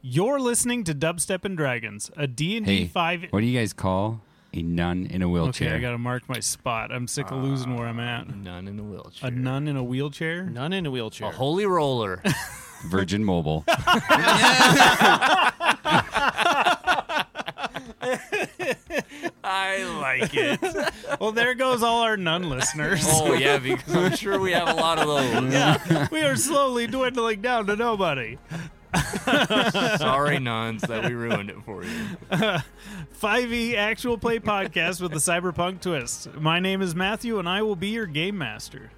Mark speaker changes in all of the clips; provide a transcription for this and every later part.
Speaker 1: You're listening to Dubstep and Dragons, a D&D
Speaker 2: Hey,
Speaker 1: 5
Speaker 2: what do you guys call a nun in a wheelchair?
Speaker 1: Okay, I got to mark my spot. I'm sick of losing where I'm at.
Speaker 3: None in a wheelchair.
Speaker 1: A nun in a wheelchair?
Speaker 4: None in a wheelchair.
Speaker 3: A holy roller.
Speaker 2: Virgin Mobile.
Speaker 3: I like it.
Speaker 1: Well, there goes all our nun listeners.
Speaker 3: Oh yeah, because I'm sure we have a lot of those.
Speaker 1: we are slowly dwindling down to nobody.
Speaker 3: Sorry, nuns, that we ruined it for you.
Speaker 1: 5e E actual play podcast with the cyberpunk twist. My name is Matthew, and I will be your game master.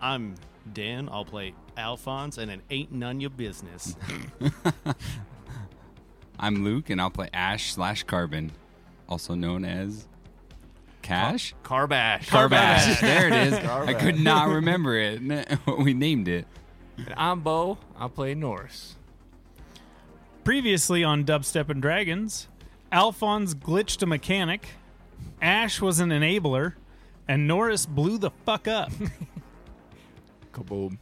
Speaker 4: I'm Dan. I'll play Alphonse, and it ain't none your business.
Speaker 2: I'm Luke, and I'll play Ash slash Carbon, also known as Cash.
Speaker 3: Carbash.
Speaker 2: Carbash. There it is. I
Speaker 3: Carbash.
Speaker 2: could not remember it. what we named it.
Speaker 3: And I'm Bo. I play Norse.
Speaker 1: Previously on Dubstep and Dragons, Alphonse glitched a mechanic, Ash was an enabler, and Norris blew the fuck up.
Speaker 3: Kaboom.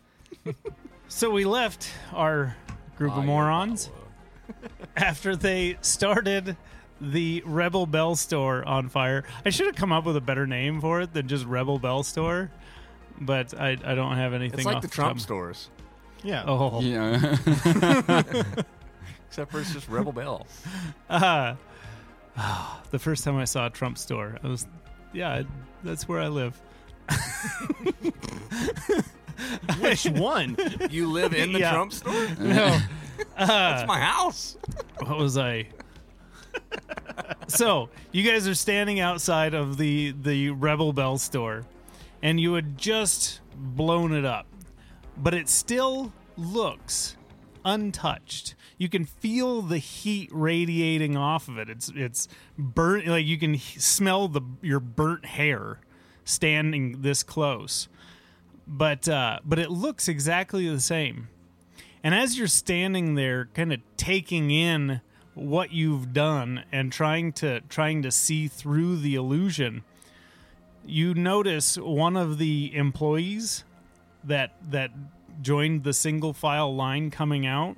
Speaker 1: so we left our group of morons after they started the Rebel Bell store on fire. I should have come up with a better name for it than just Rebel Bell store, but I, I don't have anything.
Speaker 3: It's like
Speaker 1: off
Speaker 3: the Trump
Speaker 1: top.
Speaker 3: stores,
Speaker 4: Yeah.
Speaker 1: Oh,
Speaker 2: Yeah.
Speaker 3: except for it's just Rebel Bell.
Speaker 1: Uh, the first time I saw a Trump store, I was, yeah, that's where I live.
Speaker 4: Which one?
Speaker 3: You live in the
Speaker 1: Yeah.
Speaker 3: Trump store?
Speaker 1: No,
Speaker 3: That's my house.
Speaker 1: what was I? so you guys are standing outside of the the Rebel Bell store, and you had just blown it up, but it still looks untouched. You can feel the heat radiating off of it. It's it's burnt like you can h- smell the your burnt hair standing this close. But uh, but it looks exactly the same. And as you're standing there, kind of taking in what you've done and trying to trying to see through the illusion, you notice one of the employees that that joined the single file line coming out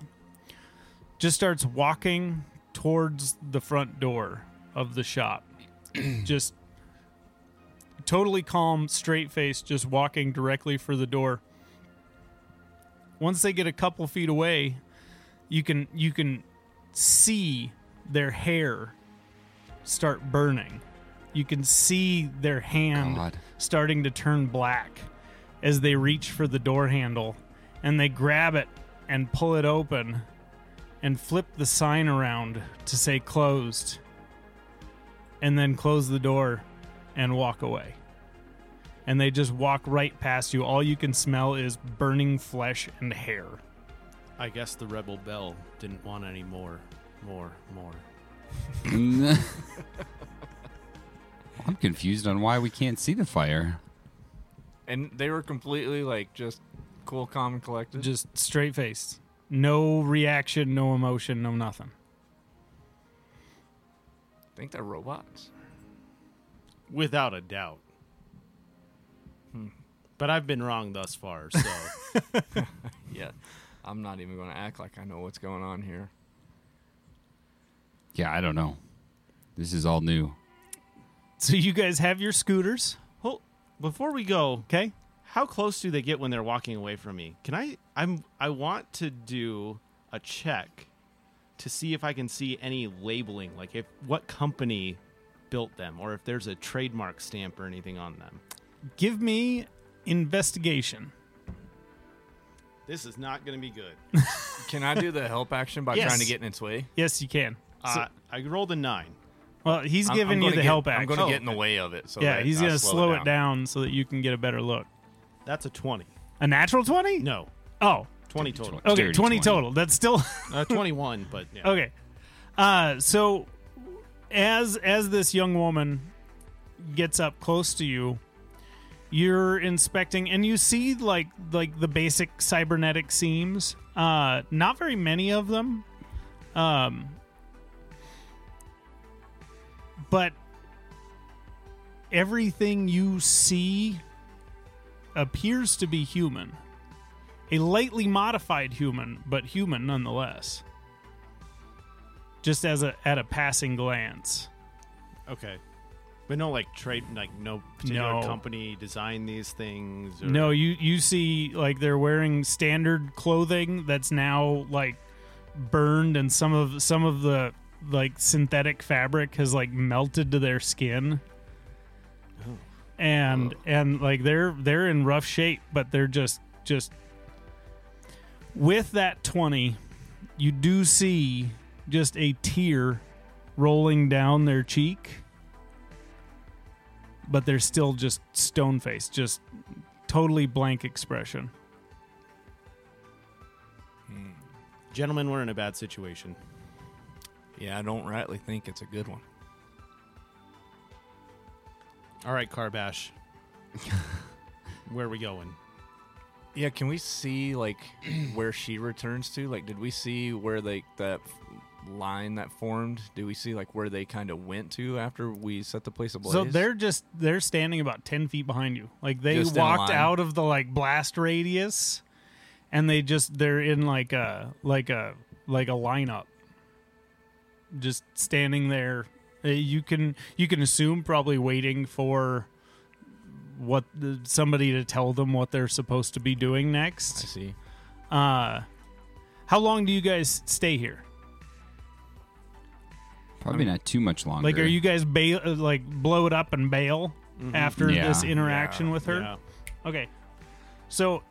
Speaker 1: just starts walking towards the front door of the shop. just totally calm, straight faced, just walking directly for the door once they get a couple feet away you can you can see their hair start burning you can see their hand
Speaker 2: God.
Speaker 1: starting to turn black as they reach for the door handle and they grab it and pull it open and flip the sign around to say closed and then close the door and walk away and they just walk right past you. All you can smell is burning flesh and hair.
Speaker 4: I guess the Rebel Bell didn't want any more, more, more.
Speaker 2: I'm confused on why we can't see the fire.
Speaker 3: And they were completely like just cool, calm, and collected.
Speaker 1: Just straight faced. No reaction, no emotion, no nothing.
Speaker 3: think they're robots.
Speaker 4: Without a doubt. Hmm. But I've been wrong thus far, so
Speaker 3: Yeah. I'm not even going to act like I know what's going on here.
Speaker 2: Yeah, I don't know. This is all new.
Speaker 1: So you guys have your scooters,
Speaker 4: well, before we go,
Speaker 1: okay?
Speaker 4: how close do they get when they're walking away from me? Can I? I'm. I want to do a check to see if I can see any labeling, like if what company built them, or if there's a trademark stamp or anything on them.
Speaker 1: Give me investigation.
Speaker 4: This is not going to be good.
Speaker 3: Can I do the help action by
Speaker 1: Yes.
Speaker 3: trying to get in its way?
Speaker 1: Yes, you can. So-
Speaker 4: Uh, I rolled a nine.
Speaker 1: well, he's
Speaker 3: I'm-
Speaker 1: giving
Speaker 3: I'm
Speaker 1: you
Speaker 3: gonna
Speaker 1: the
Speaker 3: get-
Speaker 1: help
Speaker 3: I'm
Speaker 1: action.
Speaker 3: going to get in the way of it. So
Speaker 1: yeah,
Speaker 3: that
Speaker 1: he's
Speaker 3: I
Speaker 1: gonna slow it down so that you can get a better look.
Speaker 4: That's a twenty.
Speaker 1: A natural twenty?
Speaker 4: No,
Speaker 1: Oh,
Speaker 4: twenty total.
Speaker 2: Oh.
Speaker 1: okay,
Speaker 2: Dirty
Speaker 1: 20
Speaker 2: 20.
Speaker 1: total. That's still
Speaker 4: Uh, Twenty-one, but yeah.
Speaker 1: Okay. Uh, so as as this young woman gets up close to you, you're inspecting and you see like like the basic cybernetic seams. Uh, not very many of them. Um, but everything you see appears to be human. A lightly modified human, but human nonetheless. just as a at a passing glance.
Speaker 4: Okay. But no, like trade, like no particular
Speaker 1: Oh. No.
Speaker 4: company design these things. Or,
Speaker 1: No, you you see like they're wearing standard clothing that's now like burned and some of some of the like synthetic fabric has like melted to their skin. And and like they're they're in rough shape, but they're just just with that 20, you do see just a tear rolling down their cheek. But they're still just stone faced, just totally blank expression.
Speaker 4: gentlemen, we're in a bad situation.
Speaker 3: Yeah, I don't rightly think it's a good one.
Speaker 4: All right, Carbash, where are we going?
Speaker 3: Yeah, can we see like where she returns to? Like, did we see where like that f- line that formed? Do we see like where they kind of went to after we set the place ablaze?
Speaker 1: So they're just they're standing about ten feet behind you. Like they
Speaker 3: Just in a
Speaker 1: walked
Speaker 3: line.
Speaker 1: out of the like blast radius, and they just they're in like a like a like a lineup, just standing there. Uh, You can you can assume probably waiting for what the, somebody to tell them what they're supposed to be doing
Speaker 3: I
Speaker 1: next.
Speaker 3: see.
Speaker 1: Uh, how long do you guys stay here?
Speaker 2: Probably not too much longer.
Speaker 1: Like, are you guys bail uh, like blow it up and bail after
Speaker 2: Yeah.
Speaker 1: this interaction
Speaker 3: Yeah.
Speaker 1: with her?
Speaker 4: Yeah,
Speaker 1: Okay, so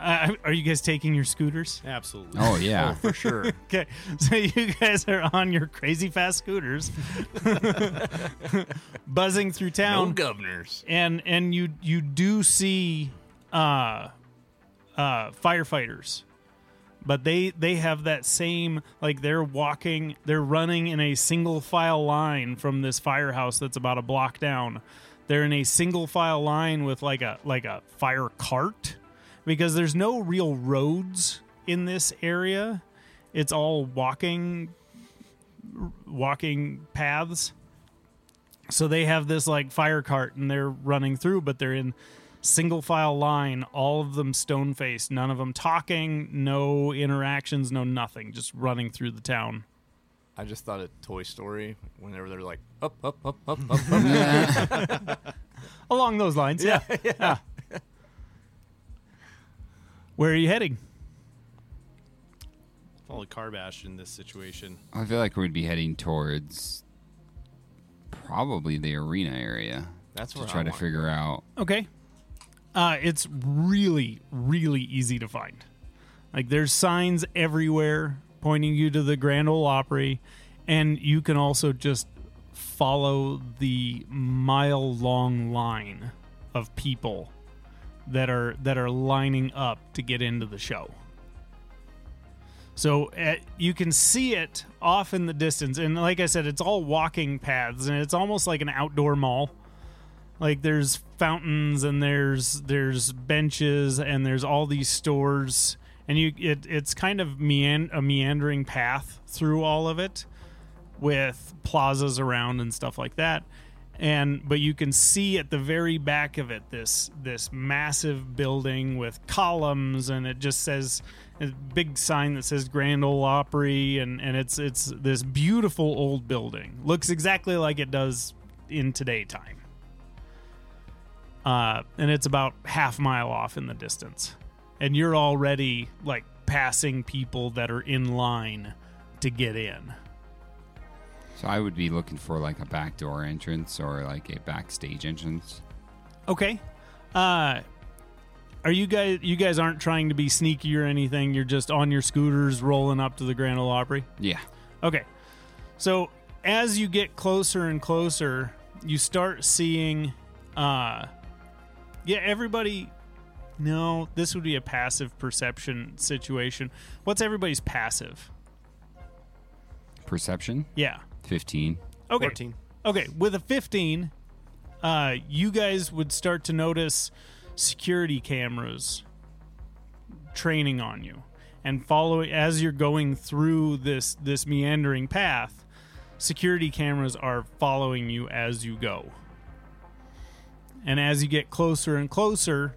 Speaker 1: uh, are you guys taking your scooters?
Speaker 4: absolutely.
Speaker 2: Oh yeah.
Speaker 3: For sure.
Speaker 1: Okay, so you guys are on your crazy fast scooters, buzzing through
Speaker 3: no
Speaker 1: town,
Speaker 3: governors.
Speaker 1: and and you you do see uh, uh, firefighters, but they they have that same like they're walking, they're running in a single file line from this firehouse that's about a block down. They're in a single file line with like a like a fire cart because there's no real roads in this area. It's all walking walking paths. So they have this like fire cart and they're running through, but they're in single file line, all of them stone faced, none of them talking, no interactions, no nothing, just running through the town.
Speaker 3: I just thought of Toy Story whenever they're like up, up, up, up, up, up.
Speaker 1: Along those lines, yeah. yeah. Where are you heading?
Speaker 4: Follow Carbash in this situation.
Speaker 2: I feel like we'd be heading towards probably the arena area
Speaker 3: That's
Speaker 2: to
Speaker 3: where
Speaker 2: try
Speaker 3: I
Speaker 2: to
Speaker 3: want.
Speaker 2: figure out.
Speaker 1: Okay. Uh, it's really, really easy to find. Like there's signs everywhere pointing you to the Grand Ole Opry, and you can also just follow the mile-long line of people that are that are lining up to get into the show. So uh you can see it off in the distance, and like I said, it's all walking paths, and it's almost like an outdoor mall like there's fountains and there's there's benches and there's all these stores and you it, it's kind of mean, a meandering path through all of it with plazas around and stuff like that and but you can see at the very back of it this this massive building with columns and it just says a big sign that says Grand Ole Opry and and it's it's this beautiful old building looks exactly like it does in today time uh, and it's about half mile off in the distance and you're already like passing people that are in line to get in
Speaker 2: So I would be looking for like a back door entrance or like a backstage entrance.
Speaker 1: okay uh are you guys you guys aren't trying to be sneaky or anything you're just on your scooters rolling up to the grand ole opry
Speaker 2: Yeah.
Speaker 1: Okay. So as you get closer and closer, you start seeing uh yeah, everybody no, this would be a passive perception situation. What's everybody's passive?
Speaker 2: Perception
Speaker 1: Yeah.
Speaker 2: fifteen.
Speaker 1: Okay.
Speaker 4: 14.
Speaker 1: Okay, with a 15, uh, you guys would start to notice security cameras training on you and following as you're going through this this meandering path. Security cameras are following you as you go. And as you get closer and closer,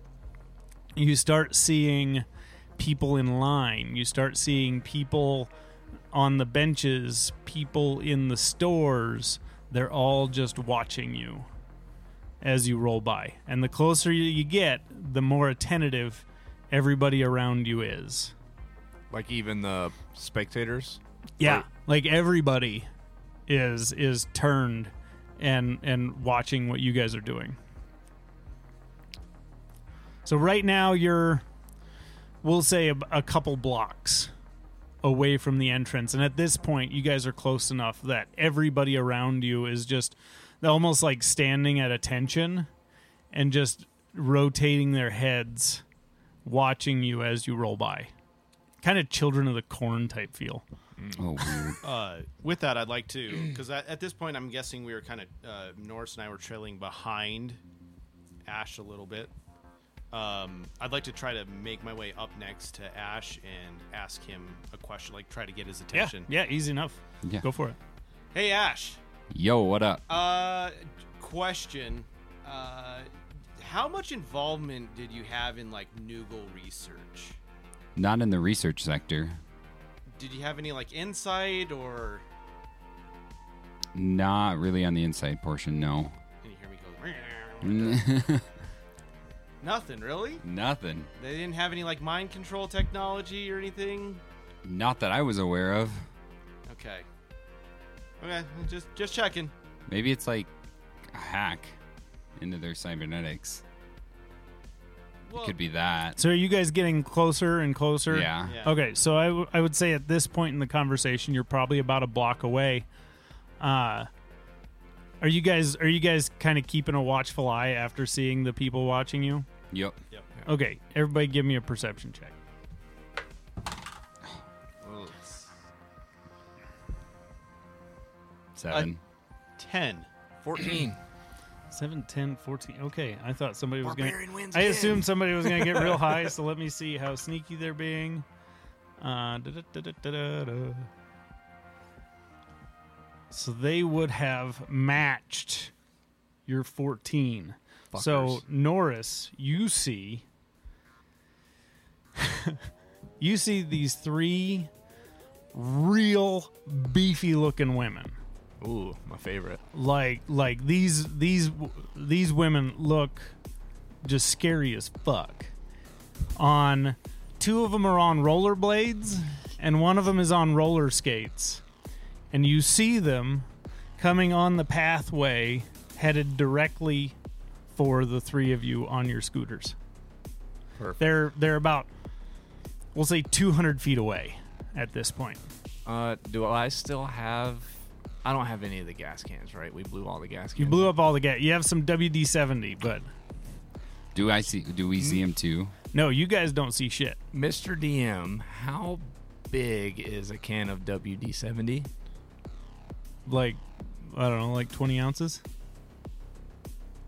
Speaker 1: you start seeing people in line. You start seeing people on the benches, people in the stores, they're all just watching you as you roll by. And the closer you- you get, the more attentive everybody around you is.
Speaker 3: Like even the spectators.
Speaker 1: Yeah,
Speaker 3: Right.
Speaker 1: like everybody is is turned and and watching what you guys are doing. So right now you're we'll say a, a couple blocks away from the entrance and at this point you guys are close enough that everybody around you is just they're almost like standing at attention and just rotating their heads watching you as you roll by. Kind of children of the corn type feel.
Speaker 2: Oh, weird.
Speaker 4: Uh, with that, I'd like to, because at, at this point, I'm guessing we were kind of uh, Norris and I were trailing behind Ash a little bit. Um, I'd like to try to make my way up next to Ash and ask him a question, like try to get his attention.
Speaker 1: Yeah, yeah, easy enough.
Speaker 2: Yeah.
Speaker 1: Go for it.
Speaker 4: Hey, Ash.
Speaker 2: Yo, what up?
Speaker 4: Uh, question. Uh, how much involvement did you have in like Noogle research?
Speaker 2: Not in the research sector.
Speaker 4: Did you have any like insight or?
Speaker 2: Not really on the inside portion, no.
Speaker 4: Can you hear me go? Nothing really.
Speaker 2: Nothing.
Speaker 4: They didn't have any like mind control technology or anything.
Speaker 2: Not that I was aware of.
Speaker 4: Okay. Okay, just just checking.
Speaker 2: Maybe it's like a hack into their cybernetics.
Speaker 4: Well,
Speaker 2: Could be that.
Speaker 1: So, are you guys getting closer and closer?
Speaker 2: Yeah.
Speaker 4: Yeah.
Speaker 1: Okay, so I, w- I would say at this point in the conversation, you're probably about a block away. Uh, are you guys are you guys kind of keeping a watchful eye after seeing the people watching you?
Speaker 2: Yep.
Speaker 1: Okay, everybody, give me a perception check.
Speaker 2: Seven.
Speaker 4: Ten.
Speaker 3: 14.
Speaker 1: 7, 10, 14. Okay, I thought somebody was going to.
Speaker 3: Barbarian wins
Speaker 1: I
Speaker 3: again.
Speaker 1: assumed somebody was going to get real high, so let me see how sneaky they're being. Uh, da-da-da-da-da-da. So they would have matched your 14. So,
Speaker 3: Fuckers.
Speaker 1: Norris, you see. you see these three real beefy looking women
Speaker 3: Ooh, my favorite.
Speaker 1: like like these these these women look just scary as fuck on two of them are on rollerblades and one of them is on roller skates and you see them coming on the pathway headed directly for the three of you on your scooters
Speaker 3: Perfect.
Speaker 1: they're they're about we'll say 200 feet away at this point
Speaker 3: Uh, do I still have? I don't have any of the gas cans, right? We blew all the gas cans.
Speaker 1: you blew up all the gas you have some wd-70 but
Speaker 2: Do I see? Do we see him too?
Speaker 1: no you guys don't see shit
Speaker 3: Mr. DM, how big is a can of WD seventy?
Speaker 1: like I don't know, like twenty ounces.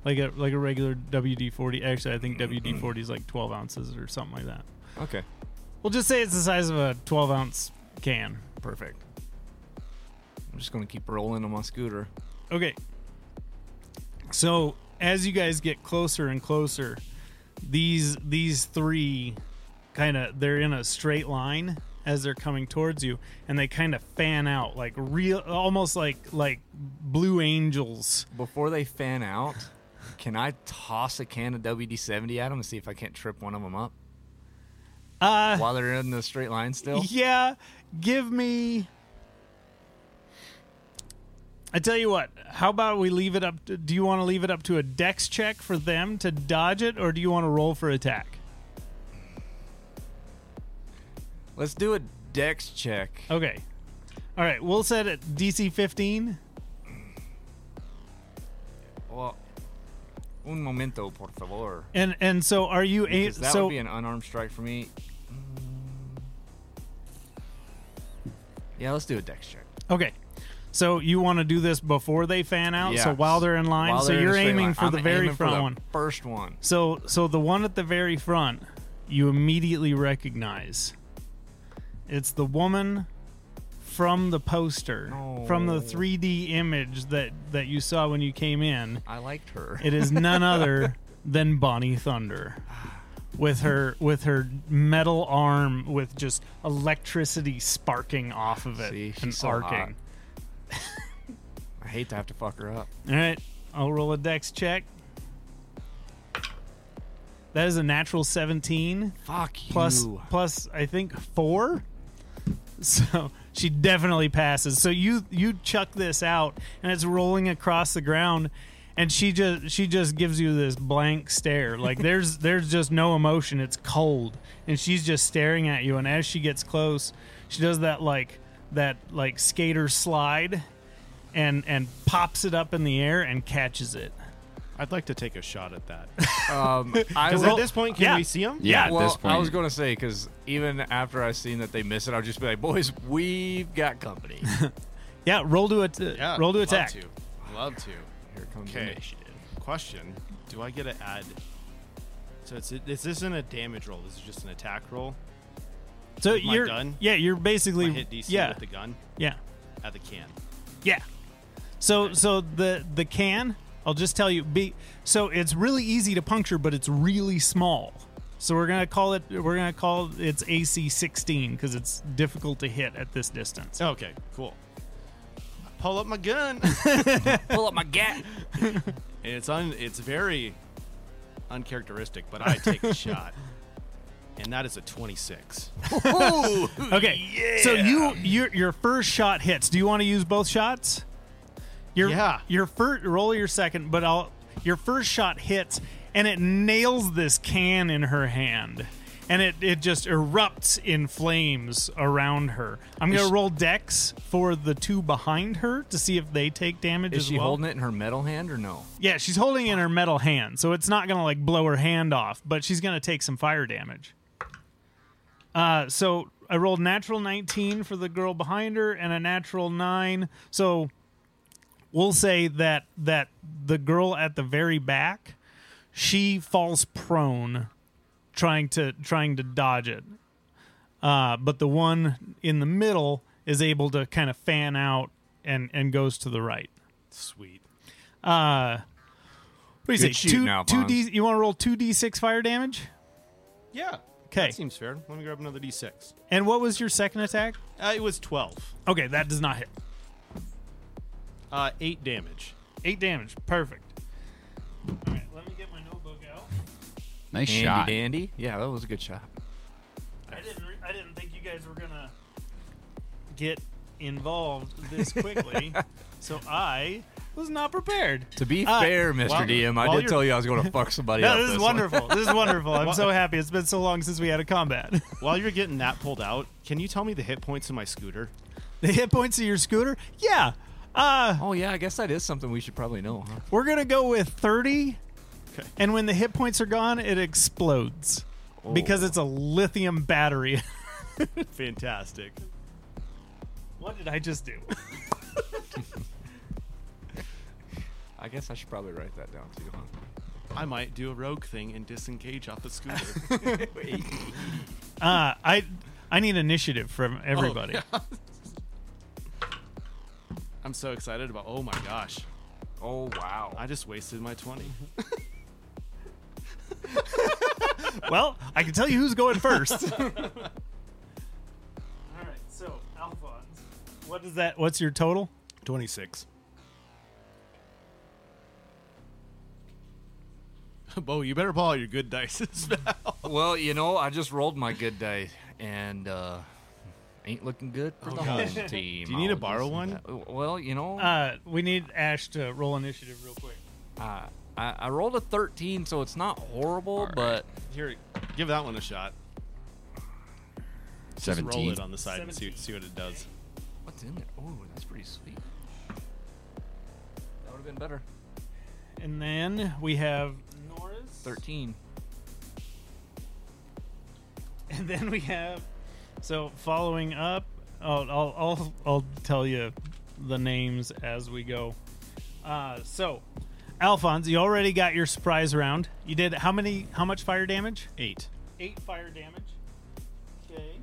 Speaker 1: Like a like a regular WD forty. Actually, I think WD forty is like twelve ounces or something like that.
Speaker 3: Okay,
Speaker 1: We'll just say it's the size of a twelve ounce can.
Speaker 3: perfect. I'm just gonna keep rolling on my scooter.
Speaker 1: Okay. So as you guys get closer and closer, these these three kind of they're in a straight line as they're coming towards you, and they kind of fan out like real, almost like like blue angels.
Speaker 3: Before they fan out, can I toss a can of WD seventy at them and see if I can't trip one of them up
Speaker 1: Uh,
Speaker 3: while they're in the straight line still?
Speaker 1: Yeah, give me. I tell you what. How about we leave it up? To, do you want to leave it up to a dex check for them to dodge it, or do you want to roll for attack?
Speaker 3: Let's do a dex check.
Speaker 1: Okay. All right. We'll set it DC 15.
Speaker 3: Well, un momento, por favor.
Speaker 1: And and so are you? A,
Speaker 3: Because that
Speaker 1: so
Speaker 3: would be an unarmed strike for me. Yeah, let's do a dex check.
Speaker 1: okay. So you want to do this before they fan out? So
Speaker 3: Yes.
Speaker 1: while they're in line.
Speaker 3: While
Speaker 1: so
Speaker 3: they're in a
Speaker 1: you're
Speaker 3: straight
Speaker 1: aiming
Speaker 3: line.
Speaker 1: for
Speaker 3: I'm
Speaker 1: the very
Speaker 3: aiming for
Speaker 1: front
Speaker 3: the
Speaker 1: one.
Speaker 3: First one.
Speaker 1: So so the one at the very front, you immediately recognize. It's the woman from the poster, from the
Speaker 3: No.
Speaker 1: 3D image that that you saw when you came in.
Speaker 3: I liked her.
Speaker 1: It is none other than Bonnie Thunder. with her with her metal arm with just electricity sparking off of it
Speaker 3: See,
Speaker 1: and
Speaker 3: she's so
Speaker 1: arcing.
Speaker 3: I hate to have to fuck her up.
Speaker 1: All right, I'll roll a dex check. That is a natural 17
Speaker 3: Fuck
Speaker 1: plus
Speaker 3: you.
Speaker 1: plus I think 4. So she definitely passes. So you you chuck this out and it's rolling across the ground and she just she just gives you this blank stare. Like there's there's just no emotion. It's cold and she's just staring at you and as she gets close, she does that like that like skater slide and and pops it up in the air and catches it.
Speaker 4: I'd like to take a shot at that.
Speaker 3: Um, I
Speaker 4: Because
Speaker 3: will-
Speaker 4: at this point, can
Speaker 1: yeah.
Speaker 4: we see him?
Speaker 2: Yeah,
Speaker 3: well,
Speaker 2: at this point.
Speaker 3: I was going to say because even after I seen that they miss it, I'll just be like, boys, we've got company. Here
Speaker 1: Yeah, roll to at- roll to
Speaker 4: love
Speaker 1: attack.
Speaker 4: To. Love to.
Speaker 3: comes the
Speaker 4: Okay.
Speaker 3: initiative.
Speaker 4: Question: Do I get to add? So it's this isn't a damage roll. This is just an attack roll.
Speaker 1: So
Speaker 4: my
Speaker 1: you're
Speaker 4: gun?
Speaker 1: yeah, you're basically
Speaker 4: I hit DC
Speaker 1: yeah
Speaker 4: with the gun
Speaker 1: yeah
Speaker 4: at the can.
Speaker 1: yeah. So so the the can I'll just tell you be so it's really easy to puncture, but it's really small. So we're gonna call it we're gonna call it's AC 16 because it's difficult to hit at this distance.
Speaker 4: Okay, cool. I pull up my gun,
Speaker 3: Pull up my gat.
Speaker 4: and it's un. It's very uncharacteristic, but I take the shot, and that is a twenty-six.
Speaker 1: Okay, so you your your first shot hits. Do you want to use both shots? Your,
Speaker 4: Yeah.
Speaker 1: Your first roll your second, but I'll your first shot hits and it nails this can in her hand, and it it just erupts in flames around her. I'm gonna roll Dex for the two behind her to see if they take damage
Speaker 3: Is
Speaker 1: as
Speaker 3: she
Speaker 1: well.
Speaker 3: holding it in her metal hand or no?
Speaker 1: Yeah, she's holding it in her metal hand, so it's not gonna like blow her hand off, but she's gonna take some fire damage. Uh, so I rolled natural 19 for the girl behind her and a natural nine. So we'll say that that the girl at the very back, she falls prone, trying to trying to dodge it. Uh, but the one in the middle is able to kind of fan out and and goes to the right.
Speaker 4: Sweet.
Speaker 1: What do you
Speaker 3: Good
Speaker 1: say?
Speaker 3: shoot
Speaker 1: Two,
Speaker 3: now,
Speaker 1: two
Speaker 3: Vaughn.
Speaker 1: d. You want to roll two d six fire damage?
Speaker 4: Yeah.
Speaker 1: 'Kay.
Speaker 4: That seems fair. Let me grab another d6.
Speaker 1: And what was your second attack?
Speaker 4: Uh, it was twelve.
Speaker 1: Okay, that does not hit.
Speaker 4: Uh, eight damage.
Speaker 1: Eight damage. Perfect. All right, let me get my notebook out.
Speaker 2: nice
Speaker 3: Handy
Speaker 2: shot.
Speaker 3: dandy. Yeah, that was a good shot.
Speaker 1: I didn't. Re- I didn't think you guys were gonna get involved this quickly, so I was not prepared.
Speaker 3: To be
Speaker 1: Uh,
Speaker 3: fair, Mr.
Speaker 4: while-
Speaker 3: DM, I
Speaker 4: while
Speaker 3: did
Speaker 4: you're-
Speaker 3: tell you I was going to fuck somebody
Speaker 1: No,
Speaker 3: up.
Speaker 1: this is
Speaker 3: one.
Speaker 1: wonderful. This is wonderful. I'm so happy. It's been so long since we had a combat.
Speaker 4: While you're getting that pulled out, can you tell me the hit points of my scooter?
Speaker 1: the hit points of your scooter? Yeah. Uh,
Speaker 3: Oh yeah, I guess that is something we should probably know, huh?
Speaker 1: we're gonna go with thirty.
Speaker 4: Okay.
Speaker 1: And when the hit points are gone, it explodes
Speaker 4: Oh.
Speaker 1: because it's a lithium battery.
Speaker 4: Fantastic.
Speaker 1: what did I just do?
Speaker 3: I guess I should probably write that down too, huh?
Speaker 4: I might do a rogue thing and disengage off the scooter.
Speaker 1: Uh, I I need initiative from
Speaker 4: Oh,
Speaker 1: everybody.
Speaker 4: I'm so excited about. Oh my gosh!
Speaker 3: Oh wow.
Speaker 4: I just wasted my twenty.
Speaker 1: Well, I can tell you who's going first. All right. So, Alphonse, what is that? What's your total?
Speaker 4: Twenty-six. Bo, you better ball your good dice now.
Speaker 3: Well, you know, I just rolled my good day and uh ain't looking good for the
Speaker 4: gosh.
Speaker 3: home team. Oh,
Speaker 4: Oh, Do you need to
Speaker 3: I'll
Speaker 4: borrow
Speaker 3: just-
Speaker 4: one?
Speaker 3: uh, Well, you know,
Speaker 1: Uh, we need Ash to roll initiative real quick.
Speaker 3: uh, I, I rolled a 13, so it's not horrible,
Speaker 2: right.
Speaker 3: but
Speaker 4: Here, give that one a shot. Just roll
Speaker 2: 17.
Speaker 4: it on the side and see,
Speaker 1: 17.
Speaker 4: see what it does.
Speaker 3: what's in there? Oh, that's pretty sweet. That would have been better.
Speaker 1: And then we have Norris.
Speaker 3: 13.
Speaker 1: And then we have. So following up, I'll I'll I'll, I'll tell you the names as we go. Uh, so, Alphonse, you already got your surprise round. You did how many? How much fire damage?
Speaker 4: Eight.
Speaker 1: Eight fire damage. Okay.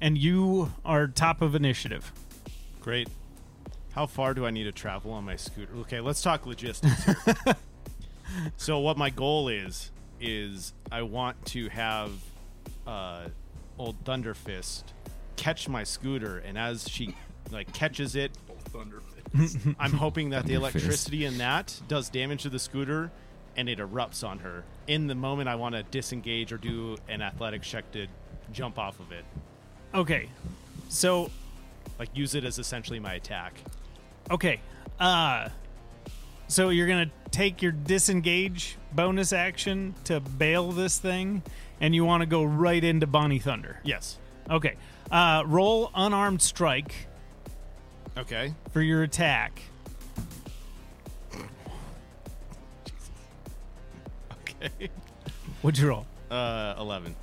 Speaker 1: and you are top of initiative.
Speaker 4: Great. How far do I need to travel on my scooter? Okay, let's talk logistics. Here. so what my goal is is I want to have uh, old Thunderfist catch my scooter, and as she like catches it, I'm hoping that the
Speaker 2: Thunderfist.
Speaker 4: electricity in that does damage to the scooter, and it erupts on her. In the moment, I want to disengage or do an athletic check to jump off of it,
Speaker 1: Okay. So,
Speaker 4: like use it as essentially my attack.
Speaker 1: okay. Uh so you're going to take your disengage bonus action to bail this thing and you want to go right into Bonnie Thunder.
Speaker 4: Yes.
Speaker 1: Okay. Uh roll unarmed strike
Speaker 4: Okay.
Speaker 1: for your attack.
Speaker 4: Okay.
Speaker 1: What'd you roll?
Speaker 4: Uh, eleven.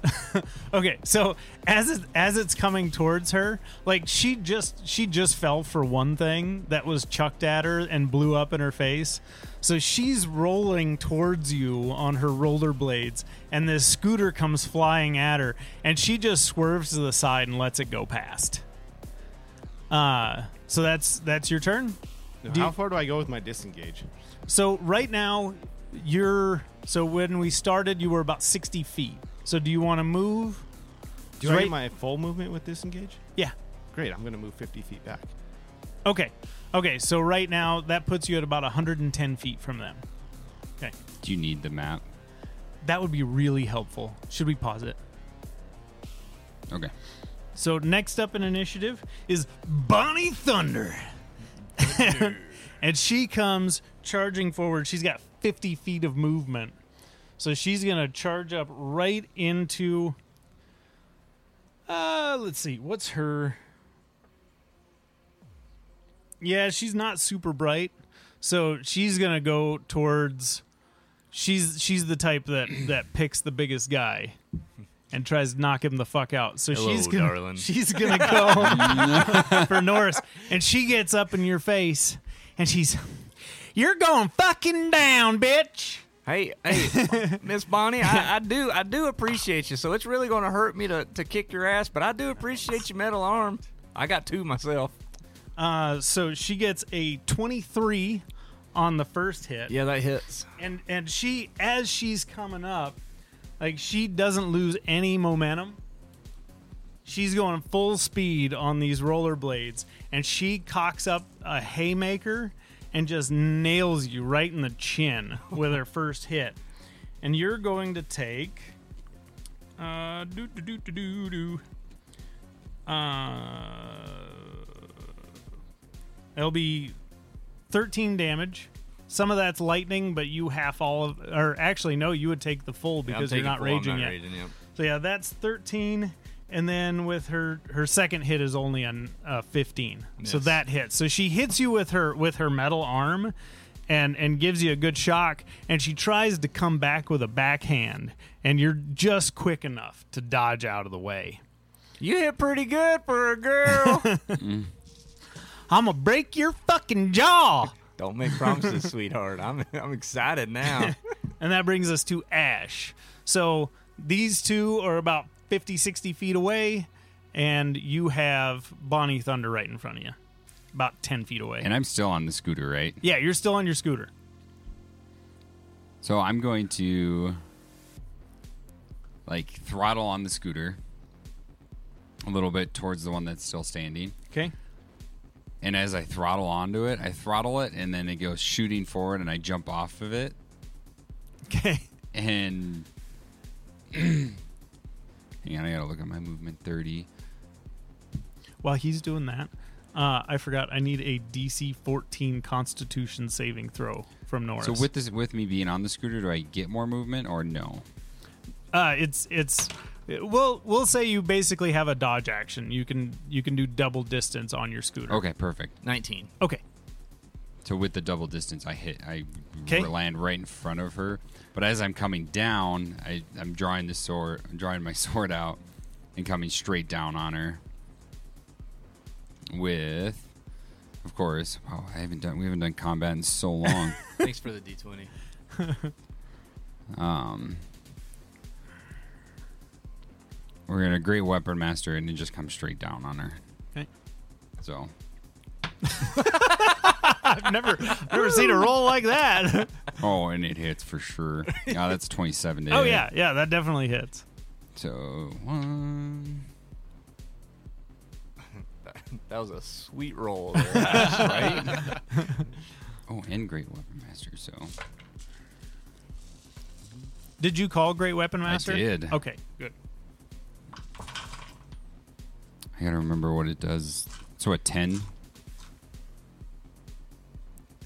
Speaker 1: Okay, so as it, as it's coming towards her, like she just she just fell for one thing that was chucked at her and blew up in her face. So she's rolling towards you on her rollerblades, and this scooter comes flying at her, and she just swerves to the side and lets it go past. Uh, so that's that's your turn. Do
Speaker 4: How
Speaker 1: you-
Speaker 4: far do I go with my disengage?
Speaker 1: So right now, you're so when we started, you were about sixty feet. So do you want to move?
Speaker 4: Do I
Speaker 1: Right-
Speaker 4: get my full movement with disengage?
Speaker 1: Yeah.
Speaker 4: Great, I'm gonna move 50 feet back.
Speaker 1: Okay. Okay, so right now that puts you at about 110 feet from them. Okay.
Speaker 2: Do you need the map?
Speaker 1: That would be really helpful. Should we pause it?
Speaker 2: Okay.
Speaker 1: So next up in initiative is Bonnie Thunder. and she comes charging forward. She's got 50 feet of movement. So she's going to charge up right into uh let's see. What's her Yeah, she's not super bright. So she's going to go towards she's she's the type that that picks the biggest guy and tries to knock him the fuck out. So
Speaker 3: Hello,
Speaker 1: she's gonna,
Speaker 3: darling.
Speaker 1: she's going to go for Norris and she gets up in your face and she's you're going fucking down, bitch.
Speaker 3: Hey, hey, Miss Bonnie, I, I do, I do appreciate you. So it's really going to hurt me to, to kick your ass, but I do appreciate your metal arm. I got two myself.
Speaker 1: Uh, so she gets a 23 on the first hit.
Speaker 3: Yeah, that hits.
Speaker 1: And and she as she's coming up, like she doesn't lose any momentum. She's going full speed on these rollerblades and she cocks up a haymaker and just nails you right in the chin with her first hit. And you're going to take uh do do do do do do uh It'll be 13 damage. Some of that's lightning, but you half all of, or actually, no, you would take the full because you're not raging yet. So yeah, that's 13, and then with her her second hit is only on uh, 15. So
Speaker 3: Yes.
Speaker 1: that hits. So she hits you with her with her metal arm, and and gives you a good shock. And she tries to come back with a backhand, and you're just quick enough to dodge out of the way.
Speaker 3: You hit pretty good for a girl.
Speaker 1: I'm gonna break your fucking jaw.
Speaker 3: Don't make promises, sweetheart. I'm, I'm excited now.
Speaker 1: And that brings us to Ash. So these two are about 50, 60 feet away, and you have Bonnie Thunder right in front of you, about 10 feet away.
Speaker 2: And I'm still on the scooter, right?
Speaker 1: yeah, you're still on your scooter.
Speaker 2: So I'm going to like throttle on the scooter a little bit towards the one that's still standing.
Speaker 1: Okay.
Speaker 2: And as I throttle onto it, I throttle it and then it goes shooting forward and I jump off of it
Speaker 1: Okay.
Speaker 2: and hang on, I gotta look at my movement thirty.
Speaker 1: While he's doing that, uh, I forgot I need a DC 14 Constitution saving throw from Norris.
Speaker 2: So with this with me being on the scooter, do I get more movement or no?
Speaker 1: uh, it's it's we'll we'll say you basically have a dodge action. You can you can do double distance on your scooter.
Speaker 2: Okay, perfect.
Speaker 3: 19.
Speaker 1: Okay.
Speaker 2: So with the double distance, I hit, I
Speaker 1: 'Kay.
Speaker 2: land right in front of her. But as I'm coming down, I, I'm drawing the sword, I'm drawing my sword out, and coming straight down on her. With, of course, wow, I haven't done, we haven't done combat in so long.
Speaker 3: Thanks for the D20.
Speaker 2: um, We're gonna great weapon master and then just come straight down on her.
Speaker 1: Okay.
Speaker 2: So
Speaker 4: I've never never seen a roll like that.
Speaker 2: Oh, and it hits for sure. Yeah, that's twenty seven to
Speaker 1: Oh
Speaker 2: hit.
Speaker 1: yeah, yeah, that definitely hits.
Speaker 2: So one
Speaker 3: That was a sweet roll, there, Ash, right?
Speaker 2: Oh, and great weapon master, so
Speaker 1: Did you call Great Weapon Master?
Speaker 2: did.
Speaker 1: Okay, good.
Speaker 2: I gotta remember what it does. So a ten?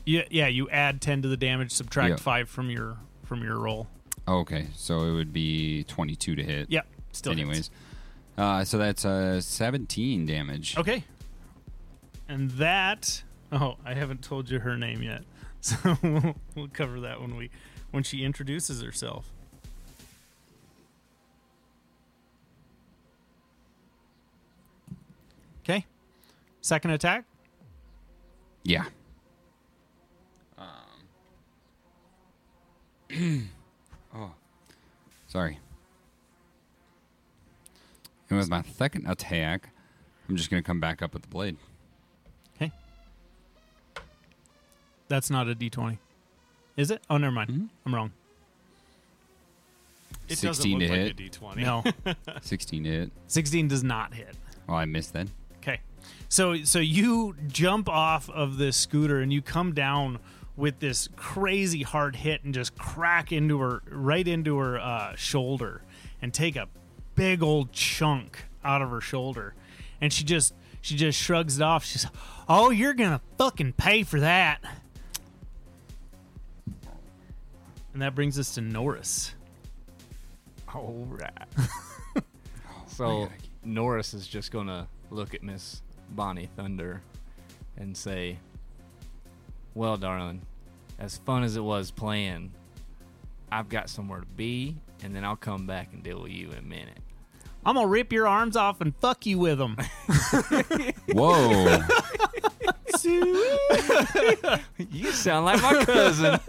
Speaker 1: Yeah, yeah. You add ten to the damage, subtract
Speaker 2: Yeah.
Speaker 1: five from your from your roll.
Speaker 2: Oh, okay. So it would be twenty two to hit.
Speaker 1: Yeah, still. hits.
Speaker 2: Anyways. Uh, so that's uh, 17 damage.
Speaker 1: Okay. And that oh, I haven't told you her name yet. So we'll, we'll cover that when we when she introduces herself. Okay. Second attack?
Speaker 2: Yeah. Um. oh, sorry. And with my second attack, I'm just going to come back up with the blade.
Speaker 1: Okay. That's not a D twenty. Is it? Oh never mind. I'm wrong.
Speaker 4: It
Speaker 2: 16
Speaker 4: doesn't
Speaker 2: to
Speaker 4: look
Speaker 2: hit.
Speaker 4: like a D twenty.
Speaker 1: No.
Speaker 2: 16 to hit.
Speaker 1: Sixteen does not hit.
Speaker 2: Oh, I missed then.
Speaker 1: Okay. So so you jump off of this scooter and you come down with this crazy hard hit and just crack into her right into her uh, shoulder and take a big old chunk out of her shoulder. And she just she just shrugs it off. She's "Oh, you're going to fucking pay for that." And that brings us to Norris.
Speaker 3: All right. so Norris is just gonna look at Miss Bonnie Thunder and say, "Well, darling, as fun as it was playing, I've got somewhere to be, and then I'll come back and deal with you in a minute."
Speaker 1: I'm going to rip your arms off and fuck you with them.
Speaker 2: Whoa.
Speaker 3: You sound like my cousin.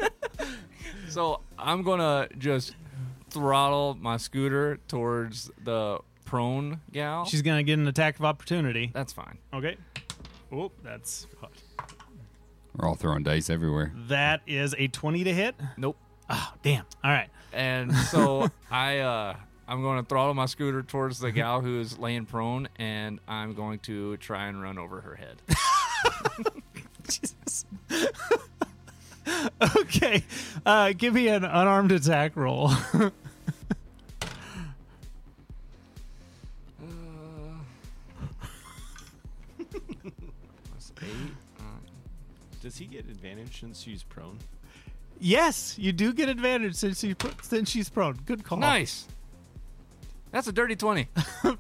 Speaker 3: so I'm gonna just throttle my scooter towards the prone gal.
Speaker 1: She's going to get an attack of opportunity.
Speaker 3: That's fine.
Speaker 1: Okay. Oh, that's
Speaker 2: We're all throwing dice everywhere.
Speaker 1: that is a twenty to hit.
Speaker 3: Nope.
Speaker 1: Oh, damn. All right.
Speaker 3: and so I uh, I'm going to throttle my scooter towards the gal who is laying prone, and I'm going to try and run over her head.
Speaker 1: Okay. Uh, give me an unarmed attack roll. Uh,
Speaker 3: That's eight.
Speaker 4: Does he get advantage since he's prone?
Speaker 1: yes, you do get advantage since she since she's prone. Good call.
Speaker 3: Nice. That's a dirty twenty.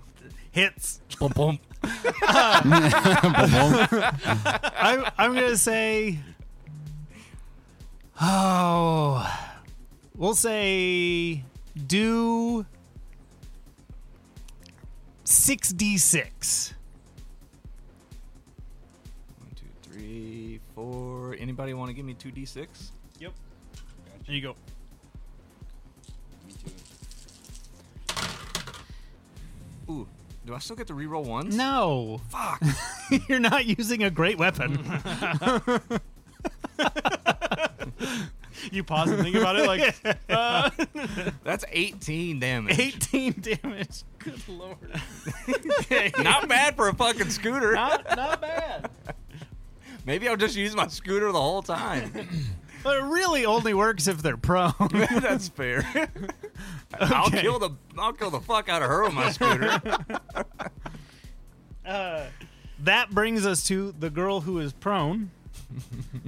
Speaker 1: hits.
Speaker 3: boom, boom.
Speaker 1: I'm I'm gonna say. Oh, we'll say do six d six.
Speaker 3: One, two, three, four. Anybody want to give me two d six?
Speaker 1: Yep. There you go.
Speaker 3: Ooh, do I still get to reroll ones?
Speaker 1: No.
Speaker 3: Fuck.
Speaker 1: You're not using a great weapon.
Speaker 4: You pause and think about it like
Speaker 3: That's eighteen damage.
Speaker 1: 18 damage. Good lord.
Speaker 3: Not bad for a fucking scooter.
Speaker 1: Not, not bad.
Speaker 3: Maybe I'll just use my scooter the whole time.
Speaker 1: But it really only works if they're prone.
Speaker 3: That's fair. I'll
Speaker 1: Okay.
Speaker 3: kill the I'll kill the fuck out of her with my scooter.
Speaker 1: Uh, that brings us to the girl who is prone.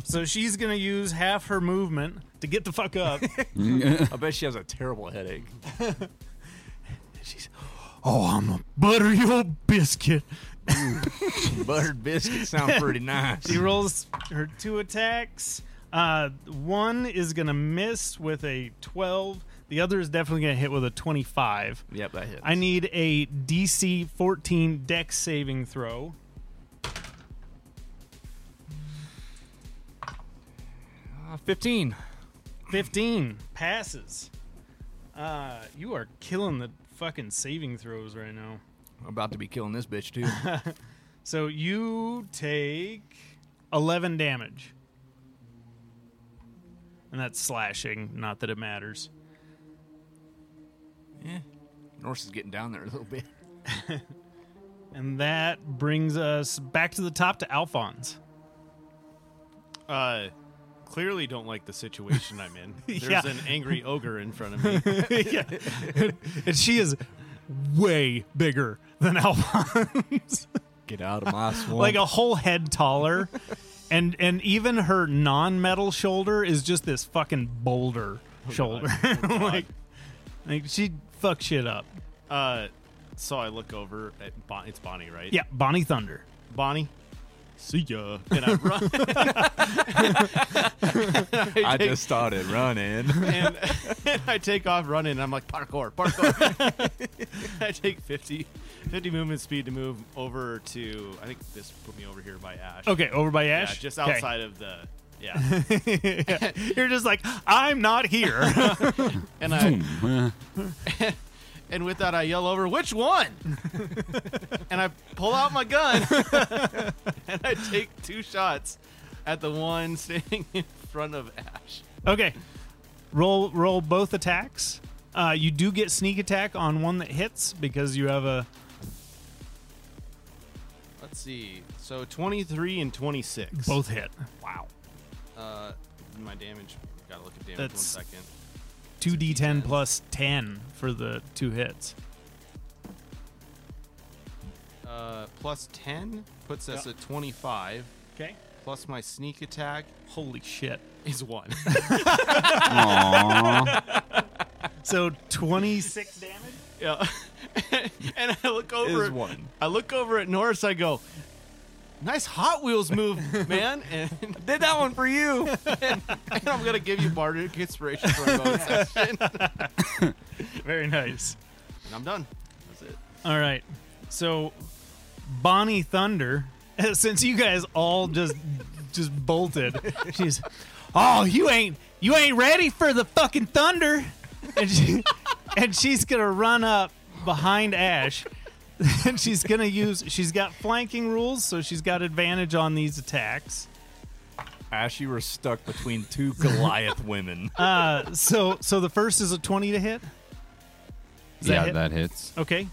Speaker 1: so she's going to use half her movement to get the fuck up.
Speaker 3: I bet she has a terrible headache.
Speaker 1: She's, oh, I'm going to butter your biscuit.
Speaker 3: Buttered biscuits sound pretty nice.
Speaker 1: She rolls her two attacks. Uh, one is going to miss with a 12. The other is definitely going to hit with a 25.
Speaker 3: Yep, that hits.
Speaker 1: I need a DC 14 dex saving throw.
Speaker 3: Uh, Fifteen.
Speaker 1: 15 passes. Uh, you are killing the fucking saving throws right now.
Speaker 3: I'm about to be killing this bitch too.
Speaker 1: So you take 11 damage. And that's slashing, not that it matters.
Speaker 3: yeah. Norse is getting down there a little bit.
Speaker 1: And that brings us back to the top to Alphonse.
Speaker 4: Uh, clearly don't like the situation I'm in. There's
Speaker 1: Yeah.
Speaker 4: an angry ogre in front of me.
Speaker 1: And she is way bigger than Alphonse.
Speaker 3: Get out of my swamp.
Speaker 1: like a whole head taller. And and even her non-metal shoulder is just this fucking boulder
Speaker 4: Oh,
Speaker 1: shoulder. like like she fuck shit up.
Speaker 4: uh, so I look over at Bon. It's Bonnie, right?
Speaker 1: Yeah, Bonnie Thunder.
Speaker 4: Bonnie. See ya. And I run.
Speaker 3: I just started running.
Speaker 4: and, and I take off running. And I'm like parkour, parkour. I take 50, 50 movement speed to move over to. I think this put me over here by Ash.
Speaker 1: Okay, over by
Speaker 4: Yeah,
Speaker 1: Ash.
Speaker 4: just
Speaker 1: Okay.
Speaker 4: outside of the. Yeah.
Speaker 1: You're just like, I'm not here.
Speaker 4: And I and with that I yell over, "Which one?" and I pull out my gun and I take two shots at the one standing in front of Ash.
Speaker 1: okay, roll roll both attacks. Uh, you do get sneak attack on one that hits because you have a
Speaker 4: Let's see. So 23 and 26.
Speaker 1: both hit. Wow,
Speaker 4: Uh, my damage. Gotta look at damage
Speaker 1: That's-
Speaker 4: one second.
Speaker 1: two d10 plus ten for the two hits.
Speaker 4: Uh, plus 10 puts us at 25.
Speaker 1: Okay,
Speaker 4: Plus my sneak attack
Speaker 1: holy shit.
Speaker 4: is one.
Speaker 2: Aww.
Speaker 1: So twenty six damage.
Speaker 4: yeah. and I look over.
Speaker 3: Is one.
Speaker 4: I look over at Norris. I go, "Nice Hot Wheels move, man!" And did that one for you. and, and I'm gonna give you bardic inspiration for a bonus action. And
Speaker 1: Very nice.
Speaker 4: I'm done. That's it.
Speaker 1: All right. So Bonnie Thunder, since you guys all just just bolted, she's Oh, you ain't you ain't ready for the fucking thunder. And she, and she's gonna run up behind Ash. And she's gonna use she's got flanking rules, so she's got advantage on these attacks.
Speaker 3: Ash, you were stuck between two Goliath women.
Speaker 1: Uh, so so the first is a twenty to hit. Does that
Speaker 2: yeah,
Speaker 1: hit?
Speaker 2: that hits.
Speaker 1: Okay.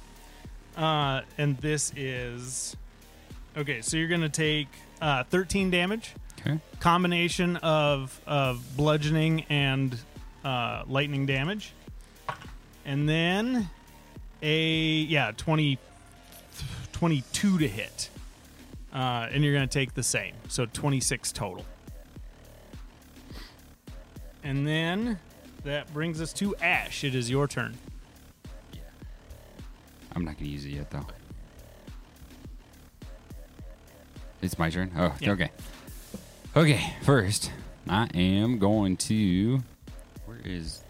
Speaker 1: Uh, and this is. Okay, so you're going to take uh, 13 damage,
Speaker 2: Okay.
Speaker 1: combination of, of bludgeoning and uh, lightning damage. And then a, yeah, 20, 22 to hit. Uh, and you're going to take the same. So 26 total. And then that brings us to Ash. It is your turn.
Speaker 2: I'm not gonna use it yet though. It's my turn. Oh,
Speaker 1: Yeah.
Speaker 2: okay. Okay, first I am going to. Where is?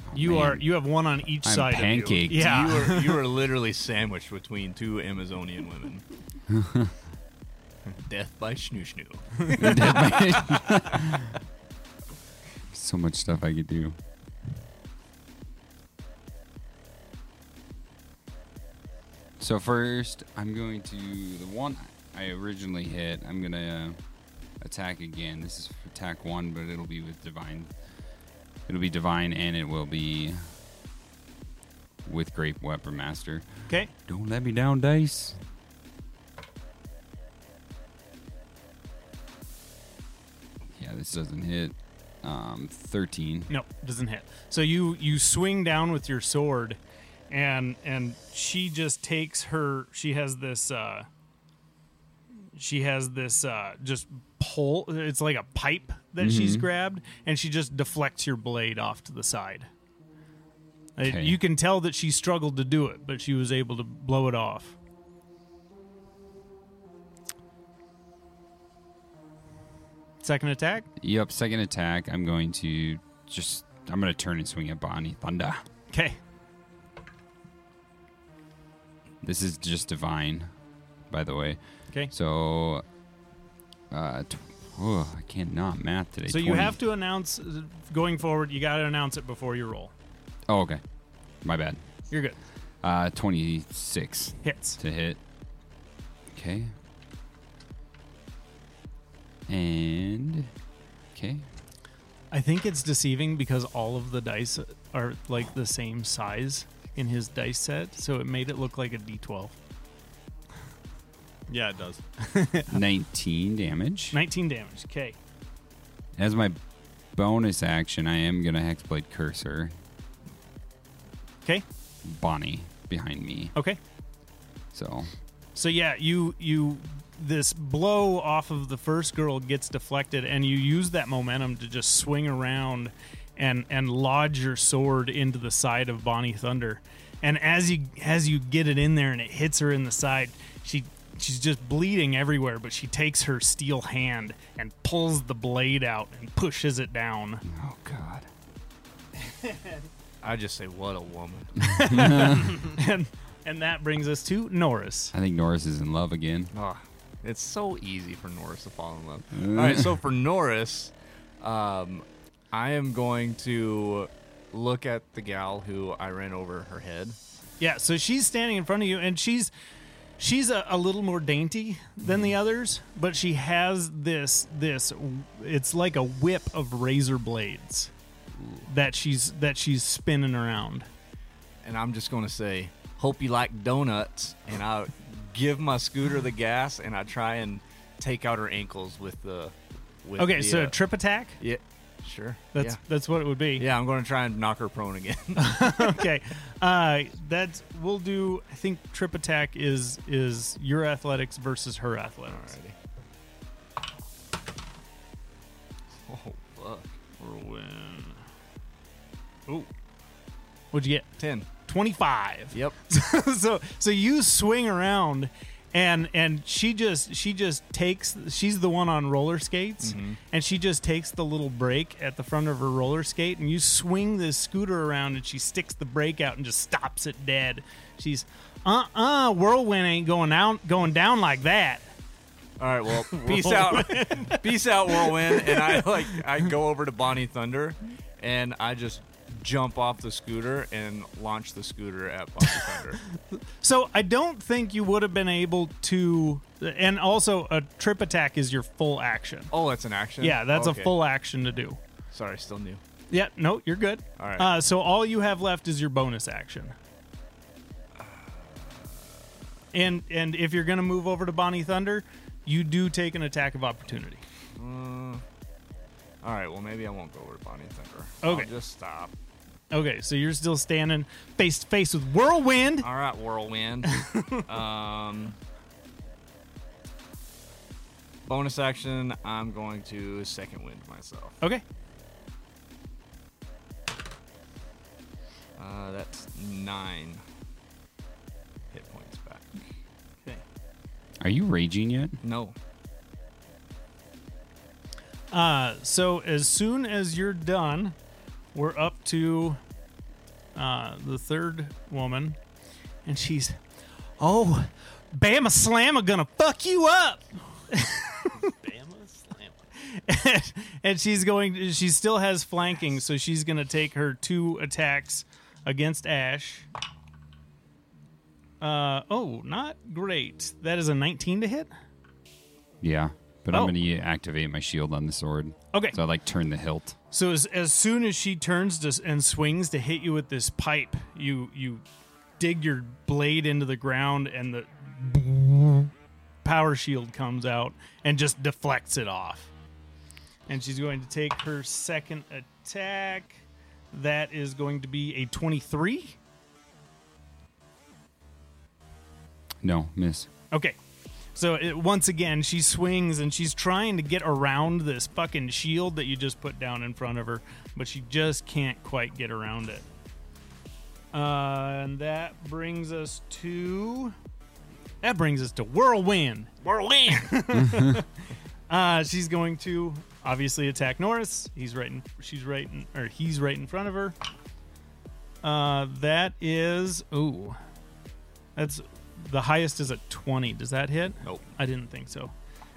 Speaker 2: Oh,
Speaker 1: You
Speaker 2: man.
Speaker 1: are you have one on each
Speaker 2: I'm
Speaker 1: side. Of
Speaker 2: pancaked.
Speaker 1: you. Yeah.
Speaker 3: You were you were literally sandwiched between two Amazonian women. Death by Schnoo Schnoo.
Speaker 2: so much stuff I could do. So first, I'm going to the one I originally hit. I'm gonna uh, attack again. This is attack one, but it'll be with divine. It'll be divine, and it will be with grape weapon master.
Speaker 1: okay.
Speaker 2: Don't let me down, dice. Yeah, this doesn't hit. Um, 13.
Speaker 1: No, doesn't hit. So you you swing down with your sword, and and she just takes her. She has this. uh She has this uh just pole. It's like a pipe that she's grabbed, and she just deflects your blade off to the side. Uh,
Speaker 2: Okay.
Speaker 1: You can tell that she struggled to do it, but she was able to blow it off. Second attack.
Speaker 2: Yep, second attack. I'm going to just. I'm going to turn and swing at Bonnie Thunder.
Speaker 1: Okay.
Speaker 2: This is just divine, by the way.
Speaker 1: Okay.
Speaker 2: So. Uh, tw- oh, I can't not math today.
Speaker 1: So you
Speaker 2: 20
Speaker 1: have to announce uh, going forward. You got to announce it before you roll.
Speaker 2: Oh, okay. My bad.
Speaker 1: You're good.
Speaker 2: Uh, 26
Speaker 1: Hits.
Speaker 2: to hit. Okay. And okay.
Speaker 1: I think it's deceiving because all of the dice are like the same size in his dice set, so it made it look like a d12.
Speaker 4: Yeah, it does.
Speaker 2: 19 damage.
Speaker 1: 19 damage. Okay.
Speaker 2: As my bonus action, I am going to Hexblade Cursor
Speaker 1: Okay.
Speaker 2: Bonnie behind me.
Speaker 1: Okay.
Speaker 2: So,
Speaker 1: So yeah, you you this blow off of the first girl gets deflected and you use that momentum to just swing around and and lodge your sword into the side of Bonnie Thunder. And as you as you get it in there and it hits her in the side, she she's just bleeding everywhere, but she takes her steel hand and pulls the blade out and pushes it down.
Speaker 2: oh god.
Speaker 3: I just say, what a woman.
Speaker 1: And and that brings us to Norris.
Speaker 2: I think Norris is in love again.
Speaker 3: Oh, it's so easy for Norris to fall in love. All
Speaker 2: Mm.
Speaker 3: right, so for Norris, um, I am going to look at the gal who I ran over her head.
Speaker 1: Yeah, so she's standing in front of you, and she's she's a, a little more dainty than
Speaker 3: Mm-hmm.
Speaker 1: the others, but she has this this it's like a whip of razor blades that she's that she's spinning around.
Speaker 3: and I'm just gonna say, hope you like donuts, and I give my scooter the gas, and I try and take out her ankles with the. With
Speaker 1: Okay,
Speaker 3: the,
Speaker 1: so a
Speaker 3: uh,
Speaker 1: trip attack.
Speaker 3: yeah, sure.
Speaker 1: That's that's what it would be.
Speaker 3: yeah. yeah, I'm gonna try and knock her prone again.
Speaker 1: okay, uh, that's we'll do. I think trip attack is is your athletics versus her athletics.
Speaker 3: oh fuck,
Speaker 1: Ooh, what'd you get?
Speaker 3: ten.
Speaker 1: Twenty five.
Speaker 3: Yep.
Speaker 1: so so you swing around and and she just she just takes she's the one on roller skates
Speaker 3: Mm-hmm.
Speaker 1: and she just takes the little brake at the front of her roller skate and you swing this scooter around and she sticks the brake out and just stops it dead she's uh-uh whirlwind ain't going out going down like that
Speaker 3: All right, well, peace out, peace out, whirlwind, and I like I go over to Bonnie Thunder, and I just jump off the scooter and launch the scooter at Bonnie Thunder.
Speaker 1: so i don't think you would have been able to and also a trip attack is your full action
Speaker 3: Oh, that's an action.
Speaker 1: yeah that's
Speaker 3: Okay.
Speaker 1: a full action to do
Speaker 3: Sorry, still new.
Speaker 1: Yeah, no, you're good.
Speaker 3: All right.
Speaker 1: Uh, so all you have left is your bonus action. And and if you're gonna move over to Bonnie Thunder, you do take an attack of opportunity.
Speaker 3: All right, well maybe I won't go over to Bonnie Thunder.
Speaker 1: Okay.
Speaker 3: I'll just stop.
Speaker 1: Okay, so you're still standing face to face with Whirlwind.
Speaker 3: All right, whirlwind. um, bonus action. I'm going to second wind myself.
Speaker 1: Okay.
Speaker 3: Uh, that's nine hit points back.
Speaker 1: Okay.
Speaker 2: Are you raging yet?
Speaker 3: No.
Speaker 1: Uh, so as soon as you're done, we're up to uh, the third woman, and she's, oh, Bama Slamma gonna fuck you up.
Speaker 4: Bama slam.
Speaker 1: and she's going she still has flanking so she's going to take her two attacks against ash uh oh not great that is a 19 to hit
Speaker 2: Yeah. But
Speaker 1: Oh.
Speaker 2: I'm going to activate my shield on the sword.
Speaker 1: okay
Speaker 2: So I like turn the hilt.
Speaker 1: so as, as soon as she turns to, s- and swings to hit you with this pipe you you dig your blade into the ground and the power shield comes out and just deflects it off and she's going to take her second attack that is going to be a 23
Speaker 2: No, miss.
Speaker 1: Okay. So it, once again, she swings and she's trying to get around this fucking shield that you just put down in front of her, but she just can't quite get around it. Uh, and that brings us to that brings us to whirlwind. Whirlwind. uh, she's going to obviously attack Norris. He's right. In, she's right. In, or he's right in front of her. Uh, that is ooh. That's the highest is a 20. Does that hit?
Speaker 3: Nope.
Speaker 1: I didn't think so.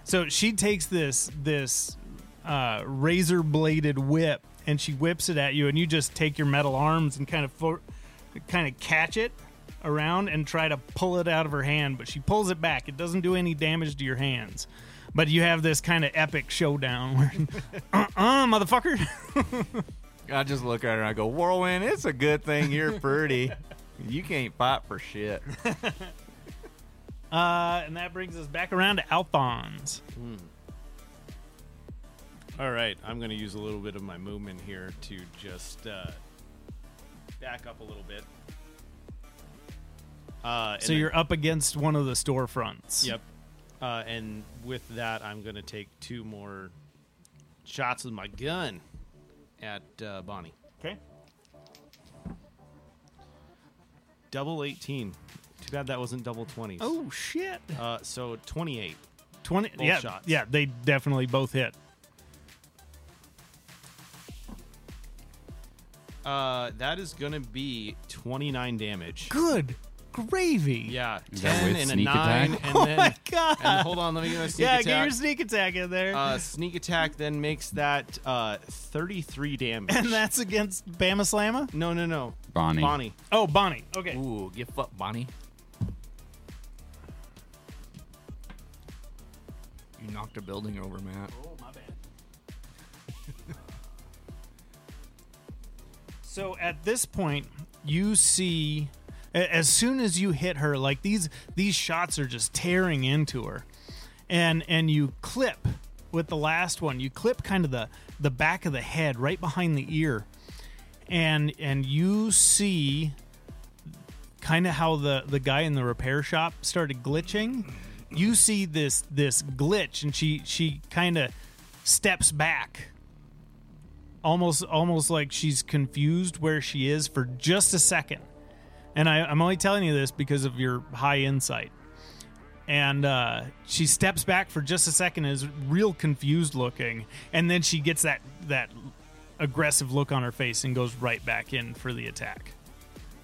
Speaker 1: So she takes this this uh, razor bladed whip and she whips it at you, and you just take your metal arms and kind of for, kind of catch it around and try to pull it out of her hand, but she pulls it back. It doesn't do any damage to your hands. But you have this kind of epic showdown where, uh uh, motherfucker.
Speaker 3: I just look at her and I go, Whirlwind, it's a good thing you're pretty. you can't fight for shit.
Speaker 1: Uh, and that brings us back around to Alphonse.
Speaker 4: All right, I'm going to use a little bit of my movement here to just uh, back up a little bit. Uh, and
Speaker 1: So
Speaker 4: then-
Speaker 1: you're up against one of the storefronts.
Speaker 4: Yep. Uh, and with that, I'm going to take two more shots with my gun at uh, Bonnie.
Speaker 1: Okay.
Speaker 4: Double 18. Too bad that wasn't double 20s.
Speaker 1: Oh shit.
Speaker 4: Uh, so 28.
Speaker 1: 20
Speaker 4: Both
Speaker 1: yeah,
Speaker 4: shots.
Speaker 1: Yeah, they definitely both hit.
Speaker 4: Uh, that is going to be 29 damage.
Speaker 1: Good gravy.
Speaker 4: Yeah,
Speaker 2: Is that
Speaker 4: 10
Speaker 2: with
Speaker 4: and a
Speaker 2: sneak
Speaker 4: 9.
Speaker 2: attack?
Speaker 4: And
Speaker 1: Oh
Speaker 4: then,
Speaker 1: my god.
Speaker 4: And hold on, let me get a sneak
Speaker 1: yeah,
Speaker 4: attack.
Speaker 1: get your sneak attack in there.
Speaker 4: uh, sneak attack then makes that uh, 33 damage.
Speaker 1: and that's against Bama Slamma?
Speaker 4: No, no, no.
Speaker 2: Bonnie.
Speaker 4: Bonnie.
Speaker 1: Oh, Bonnie. Okay.
Speaker 3: Ooh, get fucked, Bonnie. You knocked a building over, Matt.
Speaker 1: Oh, my bad. so at this point, you see, a- as soon as you hit her, like these these shots are just tearing into her, and and you clip with the last one. You clip kind of the the back of the head, right behind the ear, and and you see kind of how the the guy in the repair shop started glitching you see this this glitch and she she kind of steps back almost almost like she's confused where she is for just a second and I, i'm only telling you this because of your high insight and uh, she steps back for just a second and is real confused looking and then she gets that that aggressive look on her face and goes right back in for the attack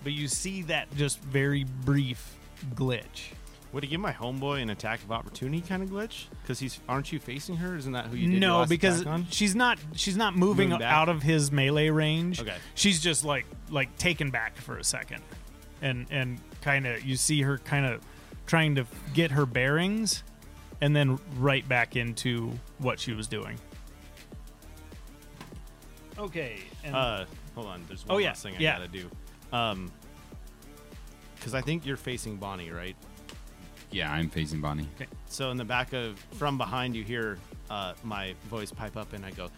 Speaker 1: but you see that just very brief glitch
Speaker 4: Would it give my homeboy an attack of opportunity kind of glitch? Because he's aren't you facing her? Isn't that who you did your
Speaker 1: no
Speaker 4: last
Speaker 1: because
Speaker 4: attack on?
Speaker 1: she's not she's not moving
Speaker 4: Moving back?
Speaker 1: out of his melee range
Speaker 4: Okay.
Speaker 1: she's just like like taken back for a second and and kind of you see her kind of trying to get her bearings and then right back into what she was doing okay and
Speaker 4: Uh, hold on. There's one
Speaker 1: Oh, yeah,
Speaker 4: last thing I
Speaker 1: yeah.
Speaker 4: gotta do. Um, because I think you're facing Bonnie, right?
Speaker 2: Yeah, I'm facing Bonnie.
Speaker 4: So in the back of from behind you hear uh, my voice pipe up and I go,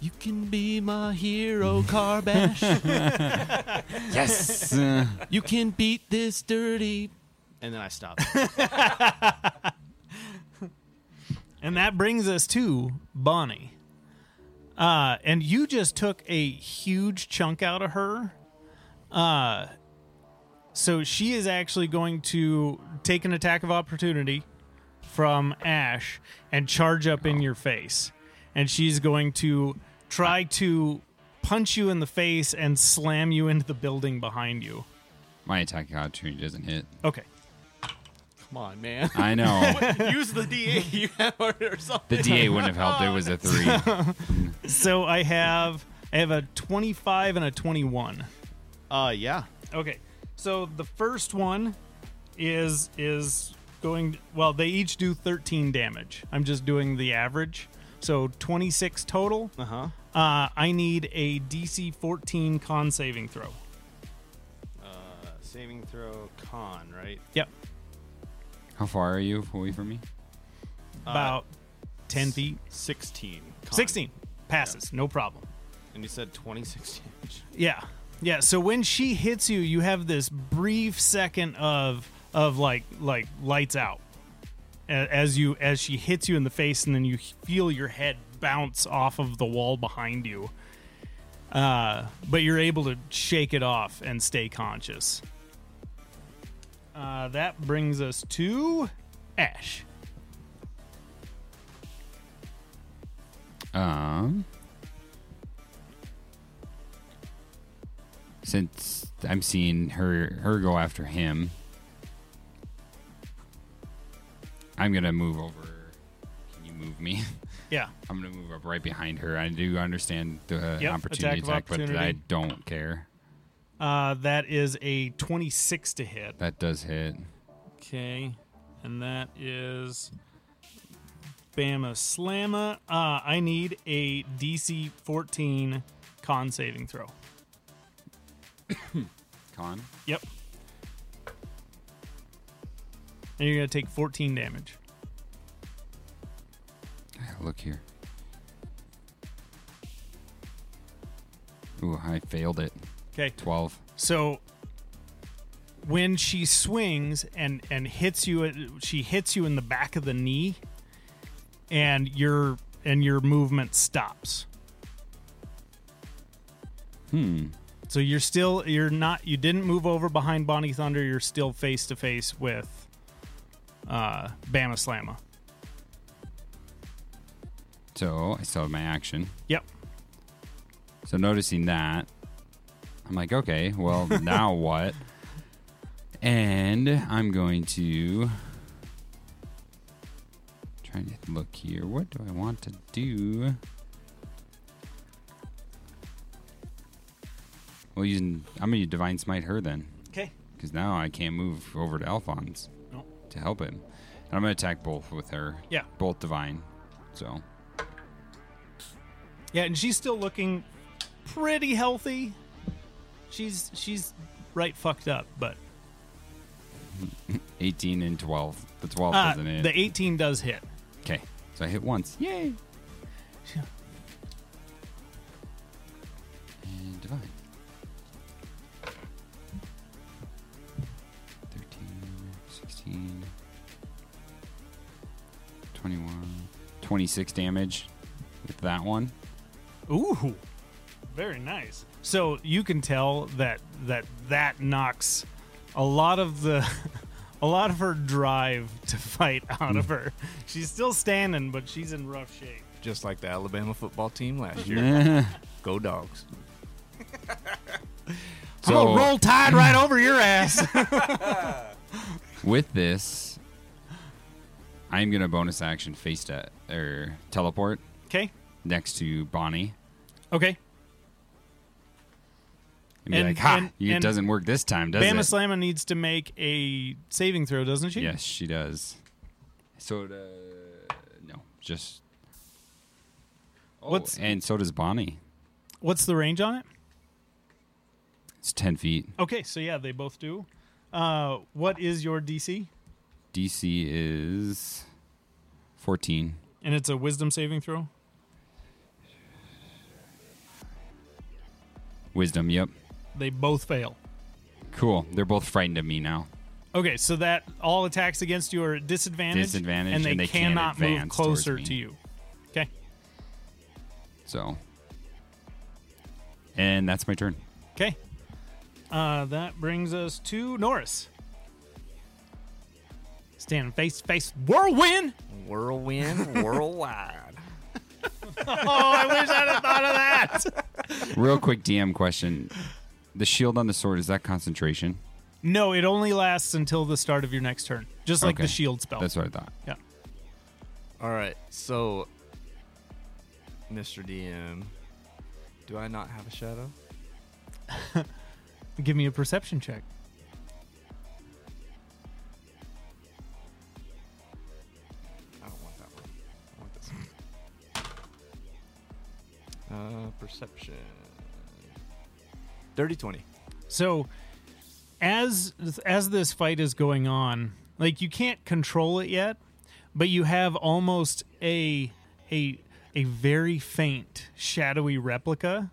Speaker 4: "You can be my hero, Carbash.
Speaker 2: Yes. Uh,
Speaker 4: you can beat this dirty." And then I stop.
Speaker 1: And that brings us to Bonnie. Uh, and you just took a huge chunk out of her. Uh, so she is actually going to take an attack of opportunity from Ash and charge up in your face. And she's going to try to punch you in the face and slam you into the building behind you.
Speaker 2: my attack opportunity doesn't hit.
Speaker 1: Okay.
Speaker 4: Come on, man.
Speaker 2: I know.
Speaker 4: Use the DA you have or
Speaker 2: The
Speaker 4: something.
Speaker 2: DA wouldn't have helped. It was a three.
Speaker 1: So I have I have a 25 and a 21.
Speaker 4: Uh, yeah.
Speaker 1: Okay. So the first one is is going well, they each do 13 damage. I'm just doing the average. So 26 total.
Speaker 4: Uh huh.
Speaker 1: Uh, I need a DC 14 con saving throw.
Speaker 4: Saving throw con, right?
Speaker 1: Yep.
Speaker 2: How far are you away from me?
Speaker 1: About 10 feet.
Speaker 4: 16. con.
Speaker 1: 16 passes. No problem.
Speaker 4: And you said 26 damage.
Speaker 1: Yeah. Yeah, so when she hits you, you have this brief second of of like like lights out. A- As you as she hits you in the face and then you feel your head bounce off of the wall behind you. Uh, but you're able to shake it off and stay conscious. Uh, that brings us to Ash.
Speaker 2: Um. Since I'm seeing her her go after him, I'm gonna move over. Can you move me?
Speaker 1: Yeah.
Speaker 2: I'm gonna move up right behind her. I do understand the
Speaker 1: Yep, attack
Speaker 2: opportunity
Speaker 1: of
Speaker 2: attack, but I
Speaker 1: opportunity.
Speaker 2: don't care.
Speaker 1: Uh, that is a 26 to hit.
Speaker 2: That does hit.
Speaker 1: Okay, and that is Bama Slamma. Uh, I need a DC 14 con saving throw.
Speaker 2: Con.
Speaker 1: Yep. And you're going to take 14 damage.
Speaker 2: I gotta look here. Ooh, I failed it.
Speaker 1: Okay.
Speaker 2: Twelve.
Speaker 1: So when she swings and and hits you, she hits you in the back of the knee, and your and your movement stops.
Speaker 2: Hmm.
Speaker 1: So you're still you're not you didn't move over behind Bonnie Thunder. You're still face to face with uh, Bama Slamma.
Speaker 2: So I still have my action.
Speaker 1: Yep.
Speaker 2: So noticing that, I'm like, okay, well, now what? And I'm going to trying to look here. What do I want to do? Well, using I'm gonna divine smite her then,
Speaker 1: Okay.
Speaker 2: because now I can't move over to Alphonse
Speaker 1: Nope.
Speaker 2: to help him, and I'm gonna attack both with her.
Speaker 1: Yeah.
Speaker 2: both divine. So
Speaker 1: Yeah, and she's still looking pretty healthy. She's she's right fucked up, but
Speaker 2: 18 and 12. The 12
Speaker 1: uh,
Speaker 2: doesn't hit.
Speaker 1: the 18 does hit.
Speaker 2: okay, so I hit once. Yay! And divine. 13, 16, 21, 26 damage with that one.
Speaker 1: Ooh, very nice. So you can tell that that that knocks a lot of the a lot of her drive to fight out of her. She's still standing, but she's in rough shape.
Speaker 3: Just like the Alabama football team last year.
Speaker 2: Eh.
Speaker 3: Go dogs.
Speaker 1: I'm
Speaker 2: so
Speaker 1: gonna roll tide right over your ass.
Speaker 2: with this, I'm going to bonus action face to, or teleport
Speaker 1: okay.
Speaker 2: next to Bonnie.
Speaker 1: Okay.
Speaker 2: and be
Speaker 1: And-
Speaker 2: like, "Ha!
Speaker 1: and-
Speaker 2: it
Speaker 1: and-
Speaker 2: doesn't work this time, does
Speaker 1: Bama
Speaker 2: it?"
Speaker 1: Slamma needs to make a saving throw, doesn't she?
Speaker 2: yes, she does. So, uh, no, just. Oh,
Speaker 1: What's-
Speaker 2: and so does Bonnie.
Speaker 1: What's the range on it?
Speaker 2: It's ten feet.
Speaker 1: Okay, so yeah, they both do. Uh, what is your DC?
Speaker 2: DC is fourteen.
Speaker 1: And it's a wisdom saving throw.
Speaker 2: Wisdom. Yep.
Speaker 1: They both fail.
Speaker 2: Cool. They're both frightened of me now.
Speaker 1: Okay, so that all attacks against you are at disadvantage,
Speaker 2: Disadvantage,
Speaker 1: and they,
Speaker 2: and they can't
Speaker 1: cannot move
Speaker 2: advance towards
Speaker 1: closer
Speaker 2: me.
Speaker 1: to you. Okay,
Speaker 2: So. And that's my turn.
Speaker 1: okay. Uh, that brings us to Norris. Standing face to face, whirlwind.
Speaker 3: Whirlwind worldwide.
Speaker 1: Oh, I wish I'd have thought of that.
Speaker 2: Real quick DM question: The shield on the sword is that concentration?
Speaker 1: No, it only lasts until the start of your next turn, just like
Speaker 2: Okay.
Speaker 1: the shield spell.
Speaker 2: That's what I thought.
Speaker 1: yeah.
Speaker 3: All right, so, Mr. DM, do I not have a shadow?
Speaker 1: Give me a perception check.
Speaker 3: I don't want that one. I want this one. Uh, perception. Dirty 20.
Speaker 1: So as as this fight is going on, like you can't control it yet, but you have almost a a a very faint shadowy replica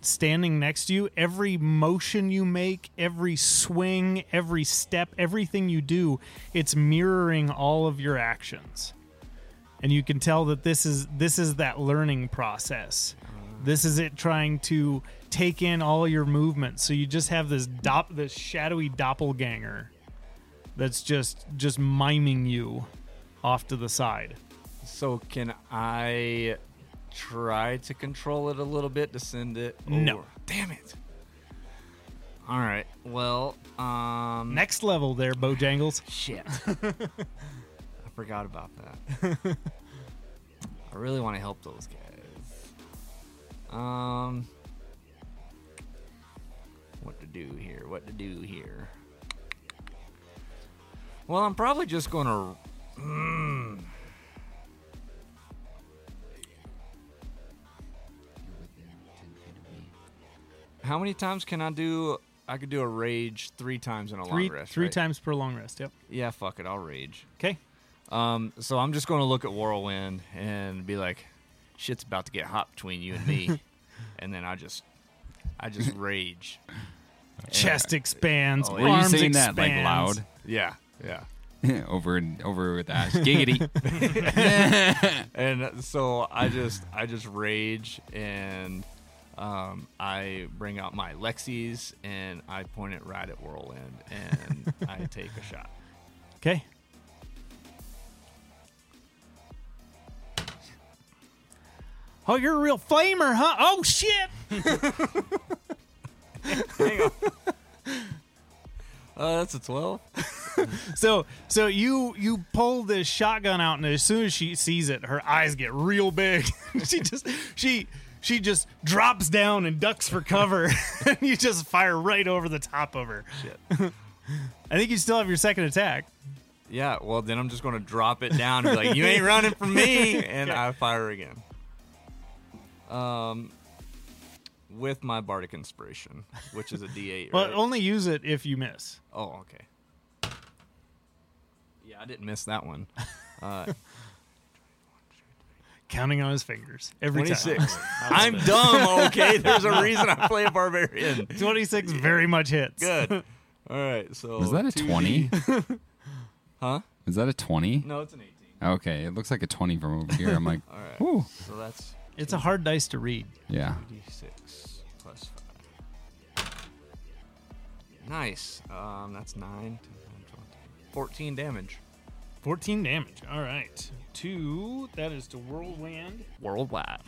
Speaker 1: standing next to you. Every motion you make, every swing, every step, everything you do, it's mirroring all of your actions. And you can tell that this is this is that learning process. This is it trying to take in all your movements. So you just have this dop this shadowy doppelganger that's just just miming you off to the side.
Speaker 3: So, can I try to control it a little bit to send it?
Speaker 1: No.
Speaker 3: over? Damn it. All right, well, um.
Speaker 1: Next level there, Bojangles.
Speaker 3: Shit. I forgot about that. I really want to help those guys. Um. What to do here? What to do here? Well, I'm probably just gonna.
Speaker 1: Hmm.
Speaker 3: Mm. How many times can I do? I could do a rage three times in a
Speaker 1: Three,
Speaker 3: long rest.
Speaker 1: three
Speaker 3: right?
Speaker 1: times per long rest. Yep.
Speaker 3: Yeah, fuck it, I'll rage.
Speaker 1: Okay.
Speaker 3: Um, so I'm just going to look at Whirlwind and be like, "Shit's about to get hot between you and me," and then I just, I just rage.
Speaker 1: Chest expands.
Speaker 2: Were you
Speaker 1: arms
Speaker 2: Oh, saying that like
Speaker 1: expands.
Speaker 2: loud?
Speaker 3: Yeah, yeah.
Speaker 2: over and over with ass. Giggity.
Speaker 3: And so I just, I just rage, and um, I bring out my Lexies and I point it right at Whirlwind, and I take a shot.
Speaker 1: Okay. Oh, you're a real flamer, huh? Oh shit!
Speaker 3: Uh, that's a twelve.
Speaker 1: So, so you you pull this shotgun out, and as soon as she sees it, her eyes get real big. she just she she just drops down and ducks for cover, and you just fire right over the top of her.
Speaker 3: Shit.
Speaker 1: I think you still have your second attack.
Speaker 3: Yeah. Well, then I'm just going to drop it down and be like, "You ain't running from me," and I fire again. Um, with my bardic inspiration, which is a D8.
Speaker 1: But
Speaker 3: right?
Speaker 1: only use it if you miss.
Speaker 3: oh, okay. Yeah, I didn't miss that one. Uh,
Speaker 1: Counting on his fingers every time.
Speaker 3: 26. I'm dumb. Okay, there's a reason I play a barbarian.
Speaker 1: Twenty-six very much hits.
Speaker 3: Good. All right. So
Speaker 2: Was that a
Speaker 3: 2D
Speaker 2: twenty?
Speaker 3: Huh?
Speaker 2: Is that a twenty?
Speaker 3: No, it's an 18.
Speaker 2: Okay, it looks like a twenty from over here. I'm like,
Speaker 3: All right.
Speaker 2: whoo.
Speaker 3: So that's
Speaker 1: It's a hard dice to read.
Speaker 2: Yeah.
Speaker 3: 2d6 plus 5. Nice. Um, that's 9, 10, 11, 12, 14 damage.
Speaker 1: 14 damage. All right. Two. That is to whirlwind.
Speaker 3: Worldwide.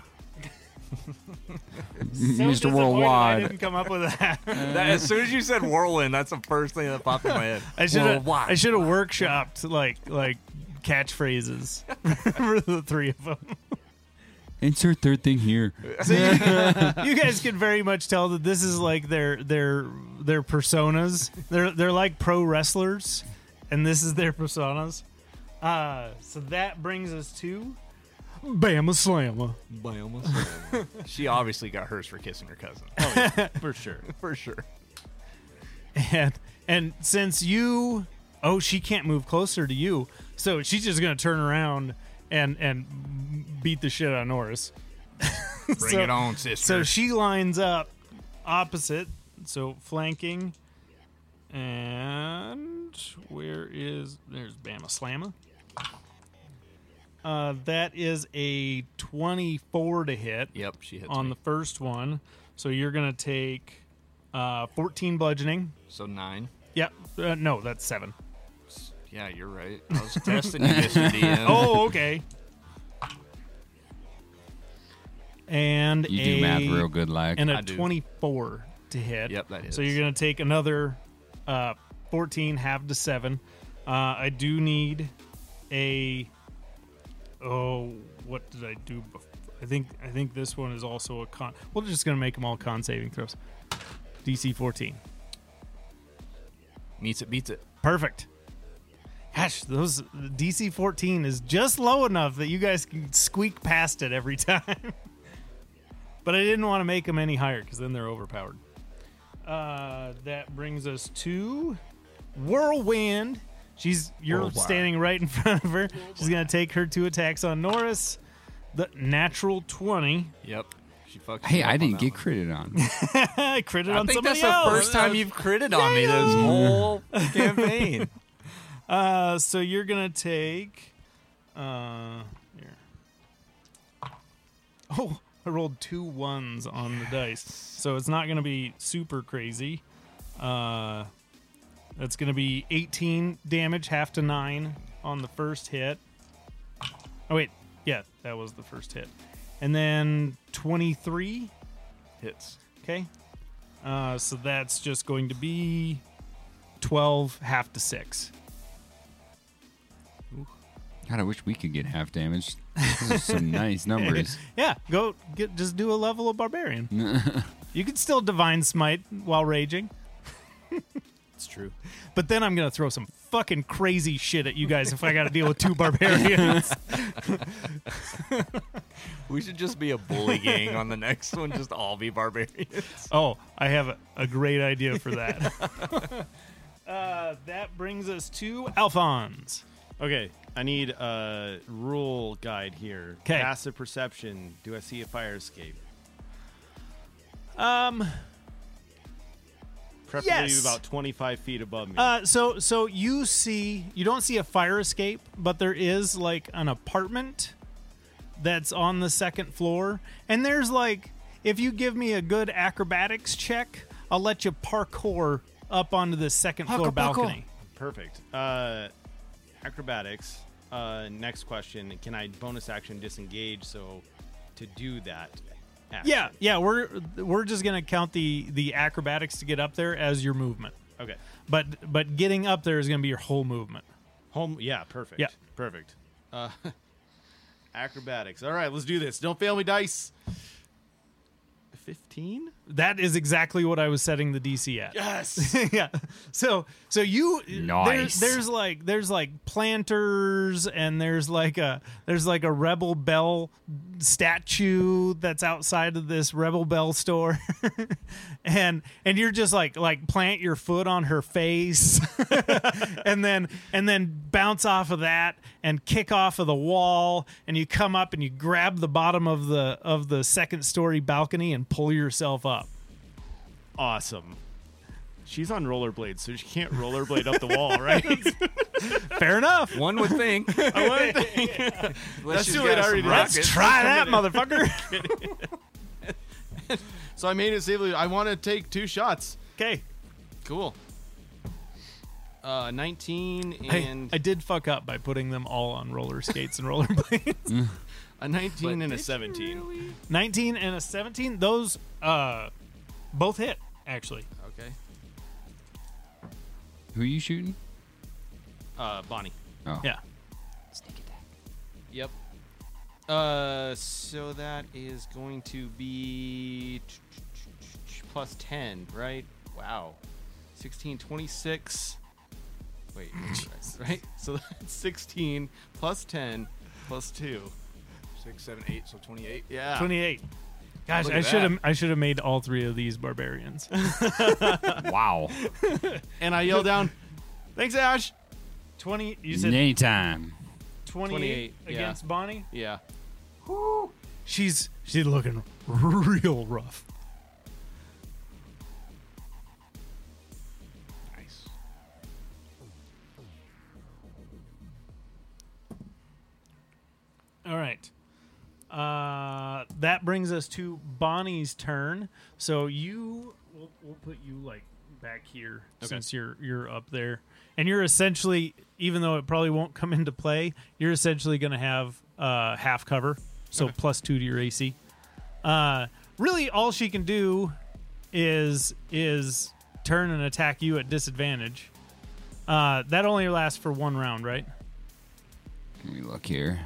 Speaker 2: Mr.
Speaker 1: I
Speaker 2: Worldwide.
Speaker 1: didn't come up with that.
Speaker 3: That, as soon as you said whirlwind, that's the first thing that popped in my head.
Speaker 1: I should have.
Speaker 3: Worldwide.
Speaker 1: I should have workshopped like like catchphrases for the three of them.
Speaker 2: Insert third thing here.
Speaker 1: You guys can very much tell that this is like their their their personas. They're they're like pro wrestlers, and this is their personas. Uh, so that brings us to Bama Slamma.
Speaker 3: By almost. she obviously got hers for kissing her cousin.
Speaker 1: Oh,
Speaker 4: for sure.
Speaker 3: for sure.
Speaker 1: and and since you oh she can't move closer to you so she's just gonna turn around and and beat the shit out of norris
Speaker 3: Bring it on, sister.
Speaker 1: so she lines up opposite so flanking and where is there's bama slamma uh, that is a 24 to hit
Speaker 3: yep, she hits
Speaker 1: on
Speaker 3: me.
Speaker 1: the first one so you're gonna take uh, 14 bludgeoning
Speaker 3: so 9.
Speaker 1: Yep. Uh, no, that's seven.
Speaker 3: Yeah, you're right. I was testing you, Mr. DM.
Speaker 1: Oh, okay. And
Speaker 2: You
Speaker 1: a,
Speaker 2: do math real good, like.
Speaker 1: And a
Speaker 3: I do.
Speaker 1: 24 to hit.
Speaker 3: Yep, that
Speaker 1: So
Speaker 3: hits.
Speaker 1: you're going to take another uh, 14, half to seven. Uh, I do need a. Oh, what did I do? Before? I think I think this one is also a con. We're just going to make them all con saving throws. DC 14.
Speaker 3: Meets it, beats it.
Speaker 1: Perfect. Gosh, those DC 14 is just low enough that you guys can squeak past it every time. but I didn't want to make them any higher because then they're overpowered. Uh, that brings us to Whirlwind. She's you're
Speaker 3: Whirlwind.
Speaker 1: standing right in front of her. She's gonna take her two attacks on Norris. The natural twenty.
Speaker 3: Yep. She fucked
Speaker 2: hey,
Speaker 3: you up
Speaker 2: I
Speaker 3: on
Speaker 2: didn't
Speaker 3: that
Speaker 2: get
Speaker 3: one.
Speaker 2: critted on.
Speaker 1: I critted
Speaker 3: I
Speaker 1: on
Speaker 3: think
Speaker 1: somebody
Speaker 3: that's the
Speaker 1: else.
Speaker 3: first time you've critted on me this whole campaign.
Speaker 1: Uh, so you're gonna take. Uh, here. Oh, I rolled two ones on the dice, so it's not gonna be super crazy. Uh, that's gonna be 18 damage, half to nine on the first hit. Oh wait, yeah, that was the first hit, and then 23.
Speaker 3: Hits.
Speaker 1: Okay, uh, so that's just going to be 12, half to six.
Speaker 2: God, I wish we could get half damage. Those are some nice numbers.
Speaker 1: Yeah, go get just do a level of barbarian. You can still divine smite while raging,
Speaker 4: It's true.
Speaker 1: but then I'm gonna throw some fucking crazy shit at you guys if I gotta deal with two barbarians.
Speaker 3: We should just be a bully gang on the next one. Just all be barbarians.
Speaker 1: oh, I have a, a great idea for that. uh, that brings us to Alphonse.
Speaker 4: Okay, I need a rule guide here.
Speaker 1: 'Kay.
Speaker 4: Passive perception. Do I see a fire escape?
Speaker 1: Um,
Speaker 4: Preferably
Speaker 1: Yes.
Speaker 4: about 25 feet above me.
Speaker 1: Uh, so so you see you don't see a fire escape, but there is like an apartment that's on the second floor, and there's like if you give me a good acrobatics check, I'll let you parkour up onto the second floor balcony.
Speaker 4: Perfect. Uh, acrobatics. Uh, next question. Can I bonus action disengage? So to do that. Action.
Speaker 1: Yeah, yeah, we're we're just gonna count the the acrobatics to get up there as your movement,
Speaker 4: Okay.
Speaker 1: but but getting up there is gonna be your whole movement.
Speaker 4: Home. Yeah. Perfect.
Speaker 1: Yeah.
Speaker 4: Perfect. Uh, acrobatics. All right. Let's do this. Don't fail me, dice. 15?
Speaker 1: That is exactly what I was setting the DC at.
Speaker 4: Yes.
Speaker 1: yeah. So so you there's
Speaker 2: Nice.
Speaker 1: there's like there's like planters and there's like a there's like a rebel bell statue that's outside of this rebel bell store. and and you're just like like plant your foot on her face and then and then bounce off of that and kick off of the wall and you come up and you grab the bottom of the of the second story balcony and pull yourself up.
Speaker 4: awesome. She's on rollerblades, so she can't rollerblade up the wall, right?
Speaker 1: Fair enough.
Speaker 3: One would think.
Speaker 4: I wanna think-
Speaker 3: Let's
Speaker 4: too late, I already did.
Speaker 1: Let's try that motherfucker.
Speaker 4: so I made it safely. I want to take two shots.
Speaker 1: Okay.
Speaker 4: Cool. Uh, 19
Speaker 1: I,
Speaker 4: and
Speaker 1: I did fuck up by putting them all on roller skates and rollerblades.
Speaker 4: a 19
Speaker 3: But
Speaker 4: and a
Speaker 3: did you
Speaker 4: 17.
Speaker 1: 19 and a 17, those uh both hit actually.
Speaker 4: Okay.
Speaker 2: Who you shooting?
Speaker 4: Uh, Bonnie.
Speaker 2: Oh,
Speaker 1: Yeah.
Speaker 4: Yep. Uh, so that is going to be plus 10, right? Wow. 16, 26. Wait, right? So that's 16 plus 10 plus 2.
Speaker 3: Six, seven, eight, so twenty-eight.
Speaker 4: Yeah.
Speaker 1: 28. Gosh,
Speaker 4: Look at
Speaker 1: I
Speaker 4: that.
Speaker 1: should have I should have made all three of these barbarians.
Speaker 2: Wow.
Speaker 4: And I yell down, thanks, Ash.
Speaker 1: 20 you said
Speaker 2: Anytime.
Speaker 1: 28,
Speaker 4: 28, yeah.
Speaker 1: against Bonnie?
Speaker 4: Yeah.
Speaker 1: She's she's looking real rough.
Speaker 3: Nice.
Speaker 1: All right. Uh, that brings us to Bonnie's turn. So you, we'll, we'll put you like back here since you're you're up there, and you're essentially, even though it probably won't come into play, you're essentially going to have uh, half cover, so plus two to your AC. Uh, really, all she can do is is turn and attack you at disadvantage. Uh, that only lasts for one round, right?
Speaker 2: Let me look here.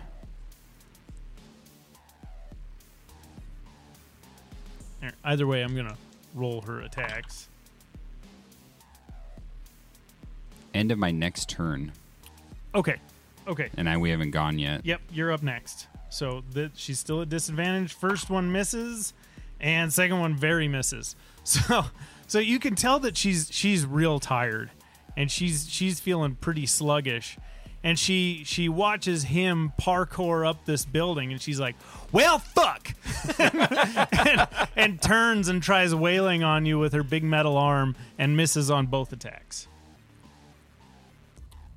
Speaker 1: There, Either way, I'm gonna roll her attacks.
Speaker 2: End of my next turn,
Speaker 1: Okay, okay.
Speaker 2: and I we haven't gone yet.
Speaker 1: Yep, you're up next. So that she's still at disadvantage. First one misses, and second one very misses. So, so you can tell that she's she's real tired, and she's she's feeling pretty sluggish, and she she watches him parkour up this building, and she's like, "Well, fuck," and, and turns and tries wailing on you with her big metal arm and misses on both attacks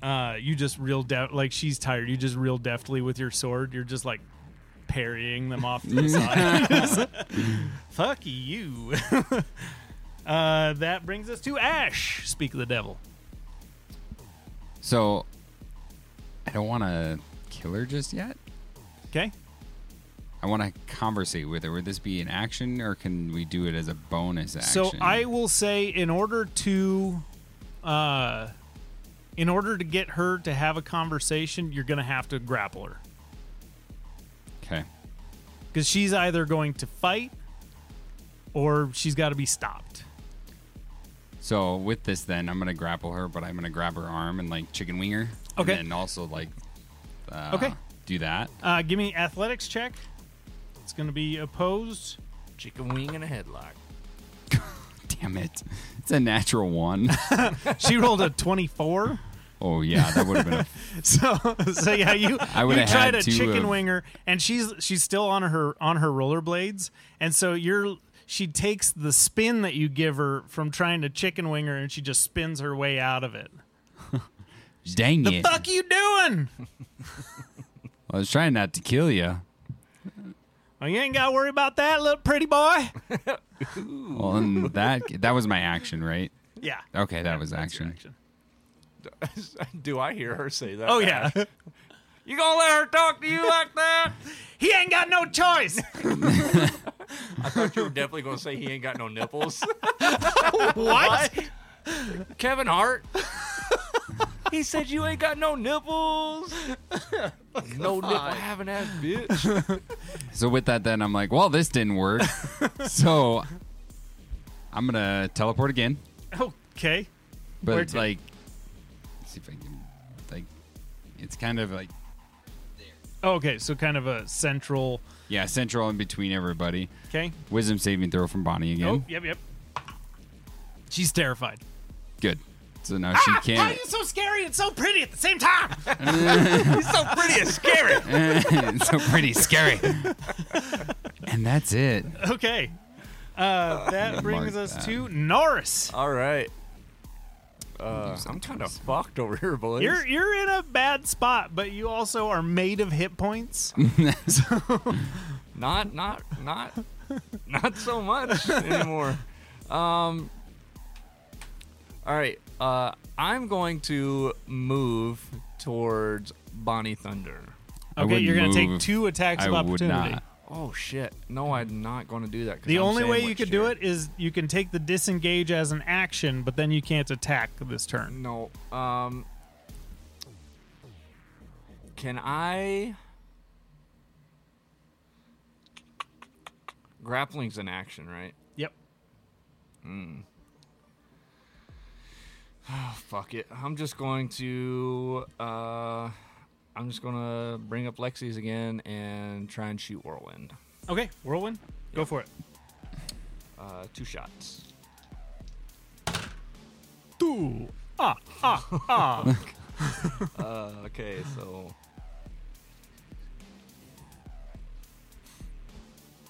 Speaker 1: uh, you just real def- like she's tired. You just real deftly with your sword. You're just like parrying them off to the side. Fuck you. uh, that brings us to Ash. Speak of the devil.
Speaker 2: So I don't want to kill her just yet.
Speaker 1: Okay.
Speaker 2: I want to conversate with her. Would this be an action, or can we do it as a bonus action?
Speaker 1: So I will say, in order to, uh, in order to get her to have a conversation, you're gonna have to grapple her
Speaker 2: okay.
Speaker 1: because she's either going to fight or she's got to be stopped.
Speaker 2: So with this, then I'm gonna grapple her, but I'm gonna grab her arm and like chicken wing her.
Speaker 1: Okay.
Speaker 2: And then also like. Uh,
Speaker 1: Okay.
Speaker 2: Do that.
Speaker 1: Uh, give me athletics check. It's going to be opposed.
Speaker 3: Chicken wing and a headlock.
Speaker 2: Damn it! It's a natural one.
Speaker 1: She rolled a 24.
Speaker 2: oh yeah, that would have been. A,
Speaker 1: So, so yeah, you
Speaker 2: I
Speaker 1: you
Speaker 2: would've
Speaker 1: tried
Speaker 2: had
Speaker 1: a
Speaker 2: to
Speaker 1: chicken
Speaker 2: have-
Speaker 1: winger, and she's she's still on her on her rollerblades, and so you're she takes the spin that you give her from trying to chicken winger, and she just spins her way out of it.
Speaker 2: dang
Speaker 1: The
Speaker 2: it!
Speaker 1: fuck you doing?
Speaker 2: I was trying not to kill you.
Speaker 1: Well, Oh, you ain't got to worry about that, little pretty boy.
Speaker 2: Well, and that that was my action, right?
Speaker 1: Yeah.
Speaker 2: Okay, that was
Speaker 1: That's your
Speaker 2: action.
Speaker 3: Do I hear her say that?
Speaker 1: Oh yeah,
Speaker 3: You gonna let her talk to you like that?
Speaker 1: he ain't got no choice.
Speaker 3: I thought you were definitely gonna say he ain't got no nipples.
Speaker 1: what?
Speaker 3: Kevin Hart. he said you ain't got no nipples. no nipple having ass bitch.
Speaker 2: So with that, then I'm like, well, this didn't work. so I'm gonna teleport again,
Speaker 1: Okay.
Speaker 2: but
Speaker 1: Where
Speaker 2: it's
Speaker 1: to?
Speaker 2: like, let's see if I can, like, it's kind of like
Speaker 1: Okay, so kind of a central.
Speaker 2: yeah, central in between everybody.
Speaker 1: Okay.
Speaker 2: Wisdom saving throw from Bonnie again.
Speaker 1: Oh, yep, yep. She's terrified. Ah!
Speaker 2: Good. So now she
Speaker 1: Why are
Speaker 2: can't.
Speaker 1: you so scary and so pretty at the same time?
Speaker 3: He's so pretty and scary.
Speaker 2: it's so pretty scary. and that's it.
Speaker 1: Okay. Uh, that brings
Speaker 2: mark
Speaker 1: us
Speaker 2: that.
Speaker 1: to Norris.
Speaker 3: All right. Uh, I'm kind of fucked over here, boys.
Speaker 1: You're you're in a bad spot, but you also are made of hit points.
Speaker 3: not not not not so much anymore um all right uh i'm going to move towards bonnie thunder
Speaker 2: I
Speaker 1: Okay, you're gonna
Speaker 2: wouldn't
Speaker 1: take
Speaker 2: move.
Speaker 1: two attacks
Speaker 2: I
Speaker 1: of
Speaker 2: would
Speaker 1: opportunity.
Speaker 2: not.
Speaker 3: oh shit no i'm not going to do that 'cause
Speaker 1: The
Speaker 3: I'm
Speaker 1: only way you
Speaker 3: sandwiched
Speaker 1: could do
Speaker 3: here.
Speaker 1: it is you can take the disengage as an action, but then you can't attack this turn.
Speaker 3: no um can i grappling's an action right
Speaker 1: Yep.
Speaker 3: Fuck it. I'm just going to uh I'm just gonna bring up Lexi's again and try and shoot Whirlwind.
Speaker 1: Okay, whirlwind. Go for it.
Speaker 3: Uh two shots.
Speaker 1: Two. Ah, ah, ah.
Speaker 3: Uh okay, so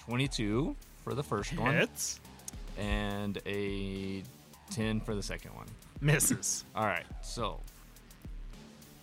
Speaker 3: twenty-two for the first one
Speaker 1: Hits.
Speaker 3: and a ten for the second one.
Speaker 1: Misses.
Speaker 3: Alright, so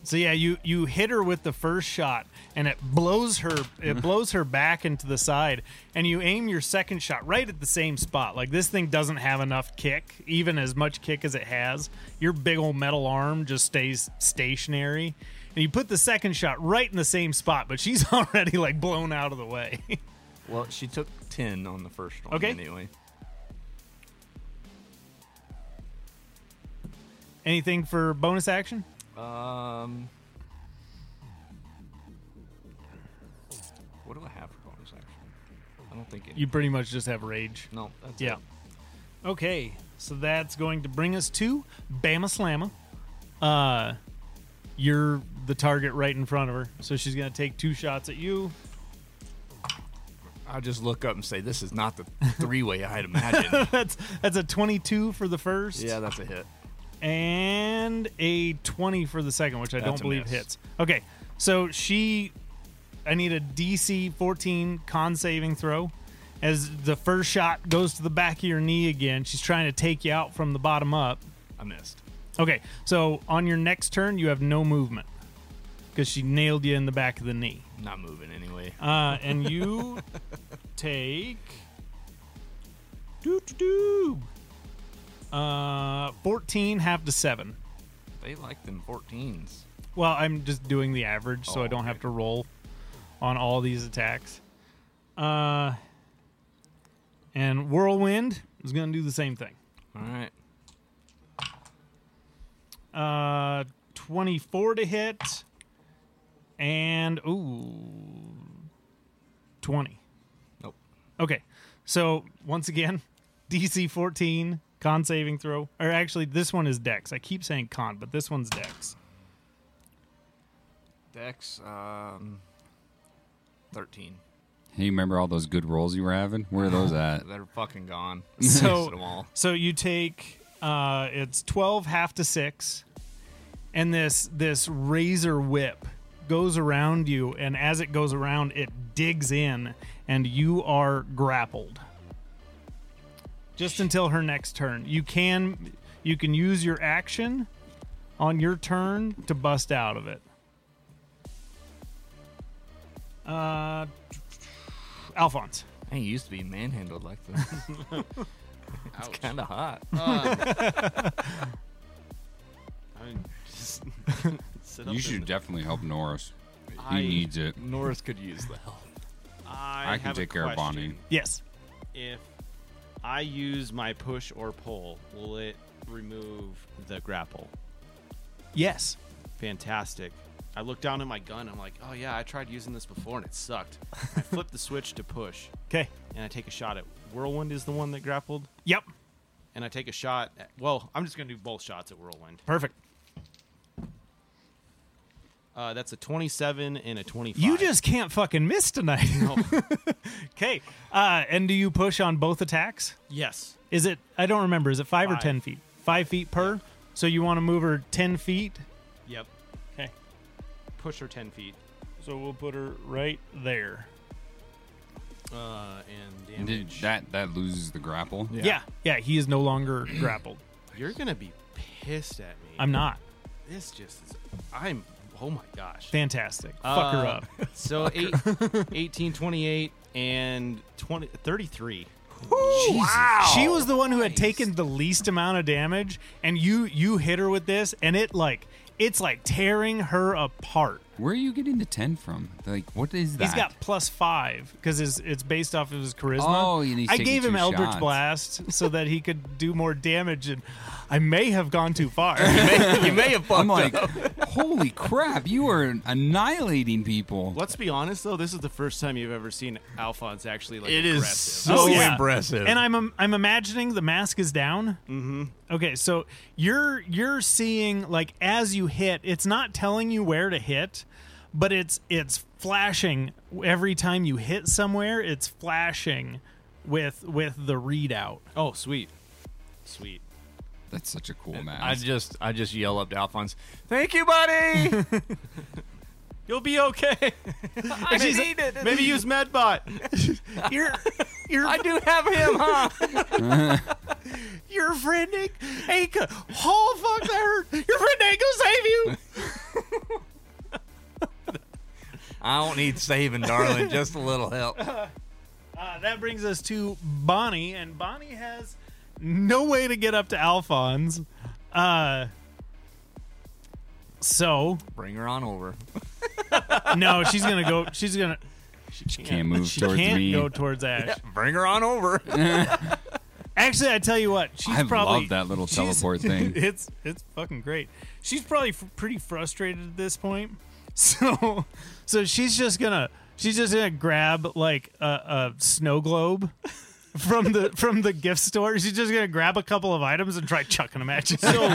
Speaker 1: So yeah, you you hit her with the first shot, and it blows her it blows her back into the side, and you aim your second shot right at the same spot. Like this thing doesn't have enough kick, even as much kick as it has. Your big old metal arm just stays stationary, and you put the second shot right in the same spot, but she's already like blown out of the way.
Speaker 3: well she took ten on the first one
Speaker 1: Okay.
Speaker 3: anyway.
Speaker 1: Anything for bonus action?
Speaker 3: Um, what do I have for bonus action? I don't think any.
Speaker 1: You pretty much just have rage.
Speaker 3: no, that's
Speaker 1: Yeah.
Speaker 3: it.
Speaker 1: Okay, so that's going to bring us to Bama Slamma. Uh, you're the target right in front of her, so she's gonna take two shots at you.
Speaker 3: I'll just look up and say this is not the three-way I had imagined.
Speaker 1: that's that's a 22 for the first,
Speaker 3: yeah, that's a hit.
Speaker 1: and a 20 for the second, which I
Speaker 3: That's
Speaker 1: don't
Speaker 3: a
Speaker 1: believe
Speaker 3: miss.
Speaker 1: hits. Okay, so she, I need a DC 14 con saving throw. As the first shot goes to the back of your knee again, she's trying to take you out from the bottom up.
Speaker 3: I missed.
Speaker 1: Okay, so on your next turn, you have no movement because she nailed you in the back of the knee.
Speaker 3: Not moving anyway.
Speaker 1: Uh, and you take. Doo doo doo. Uh, 14, half to 7.
Speaker 3: They like them 14s.
Speaker 1: Well, I'm just doing the average, so
Speaker 3: Oh,
Speaker 1: I don't have
Speaker 3: okay.
Speaker 1: to roll on all these attacks. Uh, and Whirlwind is going to do the same thing.
Speaker 3: All right.
Speaker 1: Uh, 24 to hit. And, ooh, 20.
Speaker 3: Nope.
Speaker 1: Okay. So once again, DC 14 con saving throw, or actually this one is Dex. I keep saying con, but this one's Dex.
Speaker 3: Dex, um, thirteen.
Speaker 2: Hey, you remember all those good rolls you were having? Where are those at?
Speaker 3: They're fucking gone.
Speaker 1: So-
Speaker 3: Wasted 'em all.
Speaker 1: So you take uh, it's twelve half to six, and this this razor whip goes around you, and as it goes around, it digs in, and you are grappled. Just until her next turn, you can you can use your action on your turn to bust out of it. Uh, Alphonse.
Speaker 3: I used to be manhandled like this. it's kind of hot.
Speaker 4: I mean, just sit up
Speaker 2: You
Speaker 4: in-
Speaker 2: should definitely help Norris. He
Speaker 4: I,
Speaker 2: needs it.
Speaker 3: Norris could use the help.
Speaker 4: I,
Speaker 2: I, can
Speaker 4: have a
Speaker 2: take care of Bonnie.
Speaker 4: question.
Speaker 1: Yes.
Speaker 4: If I use my push or pull, will it remove the grapple?
Speaker 1: Yes.
Speaker 4: Fantastic. I look down at my gun. I'm like, oh yeah, I tried using this before and it sucked. I flip the switch to push,
Speaker 1: Okay.
Speaker 4: and I take a shot at Whirlwind. Is the one that grappled,
Speaker 1: Yep.
Speaker 4: and I take a shot. At, well, I'm just gonna do both shots at Whirlwind.
Speaker 1: Perfect.
Speaker 4: Uh, that's a 27 and a 25.
Speaker 1: You just can't fucking miss tonight. okay. Uh, and do you push on both attacks?
Speaker 4: yes.
Speaker 1: Is it, I don't remember, is it five, or
Speaker 4: Five.
Speaker 1: 10 feet? Five feet per? So you want to move her 10 feet?
Speaker 4: Yep.
Speaker 1: Okay.
Speaker 4: Push her 10 feet.
Speaker 1: So we'll put her right there.
Speaker 4: Uh, and
Speaker 2: And did-
Speaker 4: damage.
Speaker 2: that that loses the grapple.
Speaker 1: Yeah. Yeah. he is no longer grappled.
Speaker 4: You're gonna be pissed at me.
Speaker 1: I'm not.
Speaker 4: This just is. I'm. Oh my gosh.
Speaker 1: Fantastic. Fuck her
Speaker 4: Uh,
Speaker 1: up.
Speaker 4: So eight, 18, 28, and 20, 33.
Speaker 1: She was the one who had taken the least amount of damage, and you you hit her with this, and it like it's like tearing her apart.
Speaker 2: Where are you getting the ten from? Like, what is that?
Speaker 1: He's got plus five because it's, it's based off of his charisma.
Speaker 2: Oh, and he's
Speaker 1: I
Speaker 2: taking
Speaker 1: gave him
Speaker 2: two
Speaker 1: Eldritch
Speaker 2: shots.
Speaker 1: Blast so that he could do more damage, and I may have gone too far. You may, have
Speaker 2: I'm like, holy crap! You are annihilating people.
Speaker 4: Let's be honest though, this is the first time you've ever seen Alphonse actually like
Speaker 3: It is
Speaker 4: aggressive.
Speaker 3: so impressive.
Speaker 1: And I'm I'm imagining the mask is down. Mm-hmm. Okay, so you're you're seeing like as you hit, it's not telling you where to hit, but it's it's flashing every time you hit somewhere. It's flashing with with the readout.
Speaker 4: Oh, sweet, sweet.
Speaker 2: That's such a cool
Speaker 3: I
Speaker 2: mask.
Speaker 3: just, I just yell up to Alphonse. Thank you, buddy.
Speaker 4: You'll be okay.
Speaker 3: I need it.
Speaker 4: Maybe use Medbot.
Speaker 1: You're you're
Speaker 3: I do have him, huh?
Speaker 1: Your friend Nick Anka. Oh fuck that hurt. Your friend Anka save you.
Speaker 3: I don't need saving, darling. Just a little help.
Speaker 1: Uh, that brings us to Bonnie, and Bonnie has no way to get up to Alphonse. Uh so
Speaker 3: Bring her on over.
Speaker 1: no, she's gonna go she's gonna
Speaker 2: She can't move
Speaker 1: she
Speaker 2: towards
Speaker 1: can't
Speaker 2: me.
Speaker 1: go towards Ash.
Speaker 3: Bring her on over.
Speaker 1: Actually I tell you what, she's
Speaker 2: I
Speaker 1: probably
Speaker 2: love that little
Speaker 1: she's-
Speaker 2: teleport thing.
Speaker 1: It's it's fucking great. She's probably f- pretty frustrated at this point, so so she's just gonna she's just gonna grab like a, a snow globe from the from the gift store. She's just gonna grab a couple of items and try chucking them at you.
Speaker 4: So,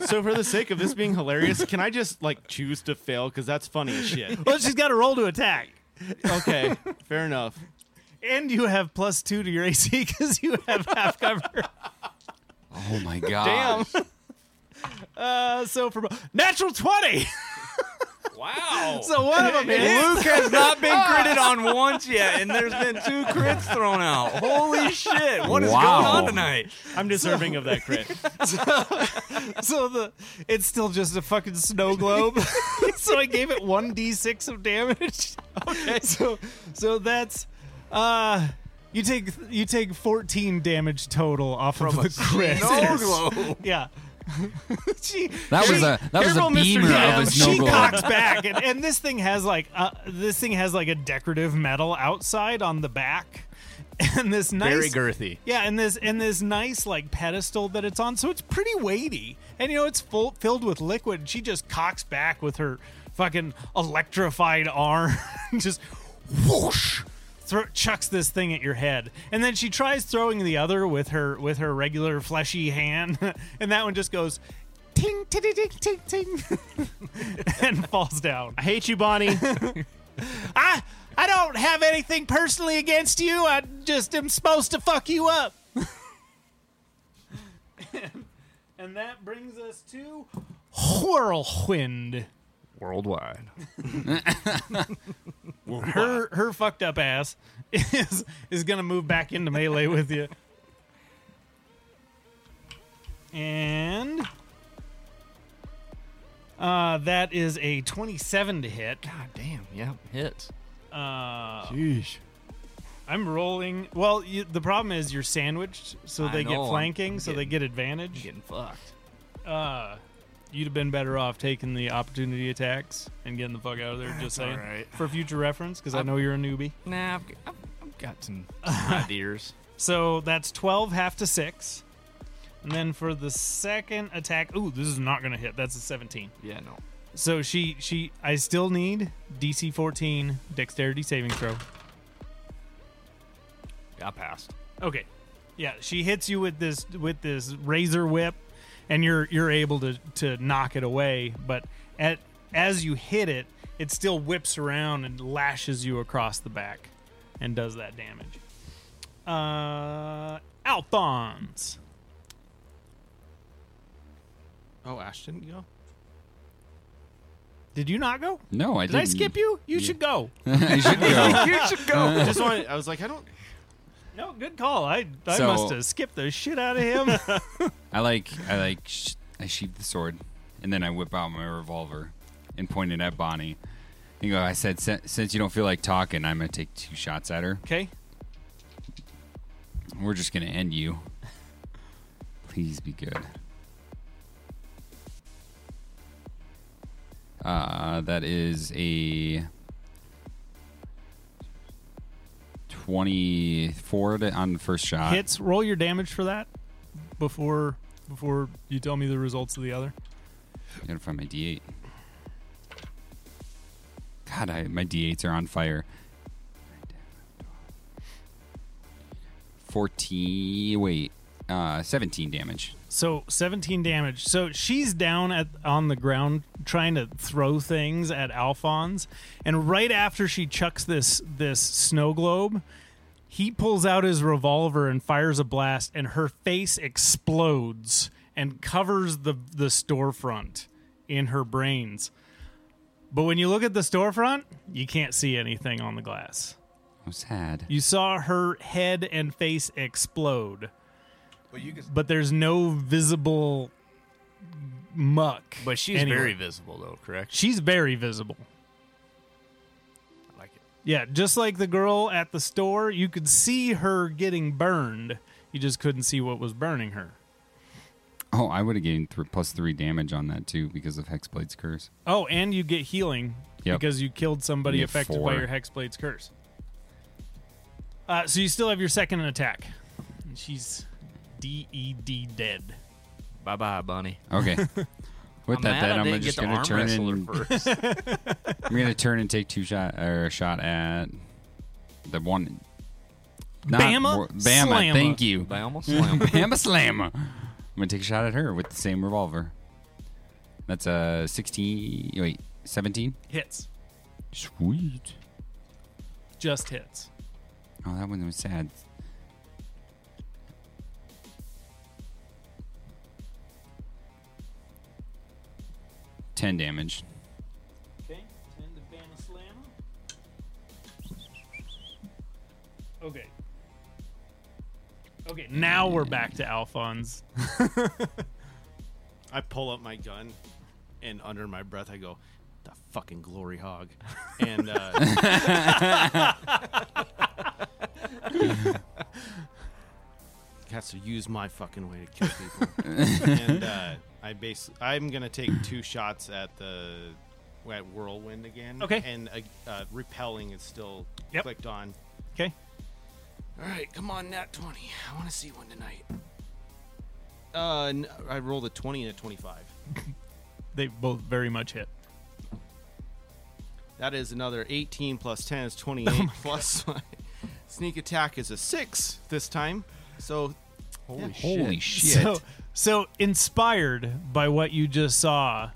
Speaker 4: so for the sake of this being hilarious, can I just like choose to fail because that's funny as shit.
Speaker 1: well, she's got a roll to attack,
Speaker 4: Okay, fair enough.
Speaker 1: and you have plus two to your AC because you have half cover.
Speaker 2: Oh my god! Damn.
Speaker 1: Uh, so for bo- natural twenty,
Speaker 3: Wow.
Speaker 1: so one of them hits.
Speaker 3: Luke has not been critted on once yet, and there's been two crits thrown out. Holy shit! What is
Speaker 2: Wow.
Speaker 3: going on tonight?
Speaker 4: I'm deserving of that crit.
Speaker 1: So the it's still just a fucking snow globe. so I gave it one d six of damage. Okay. So so that's uh you take you take fourteen damage total off of the crit.
Speaker 3: No glow.
Speaker 1: Yeah. she,
Speaker 2: That
Speaker 1: she-
Speaker 2: was a that was a
Speaker 4: Careful, Mr.
Speaker 2: beamer
Speaker 1: yeah,
Speaker 2: of a snow
Speaker 1: she
Speaker 2: globe.
Speaker 1: cocks back, and, and this thing has like uh, this thing has like a decorative metal outside on the back, and this nice
Speaker 3: girthy.
Speaker 1: yeah, and this and this nice like pedestal that it's on, so it's pretty weighty, and you know it's full filled with liquid. And she just cocks back with her fucking electrified arm, just whoosh thro- chucks this thing at your head, and then she tries throwing the other with her with her regular fleshy hand, and that one just goes ting ting ting ting ting, and falls down.
Speaker 4: I hate you, Bonnie.
Speaker 1: I I don't have anything personally against you. I just am supposed to fuck you up. and that brings us to whirlwind.
Speaker 3: Worldwide.
Speaker 1: Her her fucked up ass is is gonna move back into melee with you. And uh, that is a twenty-seven to hit.
Speaker 3: God damn. Yeah. Hits.
Speaker 1: Uh,
Speaker 3: Jeez.
Speaker 1: I'm rolling. Well, you, the problem is you're sandwiched, so
Speaker 3: I
Speaker 1: they
Speaker 3: know,
Speaker 1: get
Speaker 3: I'm-
Speaker 1: flanking,
Speaker 3: I'm
Speaker 1: so they
Speaker 3: getting-
Speaker 1: get advantage.
Speaker 3: Getting fucked.
Speaker 1: Uh, you'd have been better off taking the opportunity attacks and getting the fuck out of there. Just saying,
Speaker 3: alright.
Speaker 1: for future reference, because I know you're a newbie.
Speaker 3: Nah, I've, I've, I've got some, some ideas.
Speaker 1: So that's twelve half to six, and then for the second attack, ooh, this is not gonna hit. That's a seventeen.
Speaker 3: Yeah, no.
Speaker 1: So she she I still need DC fourteen dexterity saving throw.
Speaker 3: I passed.
Speaker 1: Okay. Yeah, she hits you with this with this razor whip and you're you're able to to knock it away, but at as you hit it, it still whips around and lashes you across the back and does that damage. Uh Alphonse.
Speaker 4: oh, Ashton, you go.
Speaker 1: Did you not go?
Speaker 2: No, I
Speaker 1: Did
Speaker 2: didn't.
Speaker 1: I skip you? You should go.
Speaker 2: I should go.
Speaker 3: You should go.
Speaker 4: I just wanted. I was like, I don't.
Speaker 1: No, good call. I I
Speaker 2: So-
Speaker 1: must have skipped the shit out of him.
Speaker 2: I like. I like. Sh- I sheathe the sword, and then I whip out my revolver and point it at Bonnie. And go. I said, "Sin- since you don't feel like talking, I'm gonna take two shots at her.
Speaker 1: okay.
Speaker 2: We're just gonna end you. Please be good. Uh, that is a twenty-four to, on the first shot.
Speaker 1: Hits, roll your damage for that before before you tell me the results of the other.
Speaker 2: Gotta find my D8. God, I, my D8s are on fire. 14. Wait. Uh, 17 damage.
Speaker 1: So 17 damage. So she's down at on the ground trying to throw things at Alphonse, and right after she chucks this this snow globe, he pulls out his revolver and fires a blast, and her face explodes and covers the the storefront in her brains. But when you look at the storefront, you can't see anything on the glass.
Speaker 2: I'm sad.
Speaker 1: You saw her head and face explode,
Speaker 3: But, you can,
Speaker 1: but there's no visible muck.
Speaker 3: but she's
Speaker 1: anywhere.
Speaker 3: very visible, though, correct?
Speaker 1: she's very visible.
Speaker 3: I like it.
Speaker 1: Yeah, just like the girl at the store, you could see her getting burned. You just couldn't see what was burning her.
Speaker 2: Oh, I would have gained th- plus three damage on that too because of Hexblade's curse.
Speaker 1: Oh, and you get healing
Speaker 2: Yep.
Speaker 1: because you killed somebody
Speaker 2: You get
Speaker 1: affected
Speaker 2: four.
Speaker 1: by your Hexblade's curse. Uh, so you still have your second attack. And She's DED dead.
Speaker 3: Bye bye, Bonnie.
Speaker 2: Okay. With that, then I'm just gonna turn and
Speaker 3: first.
Speaker 2: I'm gonna turn and take two shot or a shot at the one. Not
Speaker 1: Bama
Speaker 2: wor- Bama.
Speaker 1: Slamma.
Speaker 2: Thank you.
Speaker 3: I almost slammed.
Speaker 2: Bama Slam. I'm gonna take a shot at her with the same revolver. That's a 16. Wait, 17.
Speaker 1: Hits.
Speaker 2: Sweet.
Speaker 1: Just hits.
Speaker 2: Oh, that one was sad. Ten damage.
Speaker 1: Okay, 10 to Bama Slam. Okay. Okay, now we're back to Alphonse.
Speaker 4: I pull up my gun, and under my breath, I go, "The fucking glory hog," and uh, has to use my fucking way to kill people. and uh, I base, I'm gonna take two shots at the at whirlwind again.
Speaker 1: Okay.
Speaker 4: and uh, uh, repelling is still
Speaker 1: Yep.
Speaker 4: clicked on.
Speaker 1: Okay.
Speaker 4: All right, come on, nat twenty. I want to see one tonight. Uh, n- I rolled a twenty and a twenty-five.
Speaker 1: They both very much hit.
Speaker 4: Oh That is another 18 plus 10 is 28 plus my Sneak attack is a six this time. So
Speaker 3: Holy shit.
Speaker 2: Holy shit.
Speaker 1: So, so inspired by what you just saw,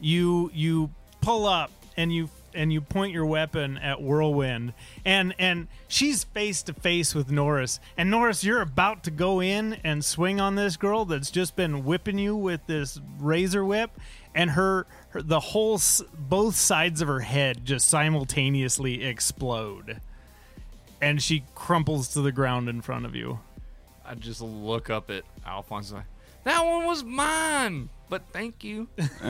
Speaker 1: you you pull up and you and you point your weapon at Whirlwind, and and she's face to face with Norris. And Norris, you're about to go in and swing on this girl that's just been whipping you with this razor whip, and her, her the whole s- both sides of her head just simultaneously explode, and she crumples to the ground in front of you.
Speaker 3: I just look up at Alphonse like, that one was mine, but thank you.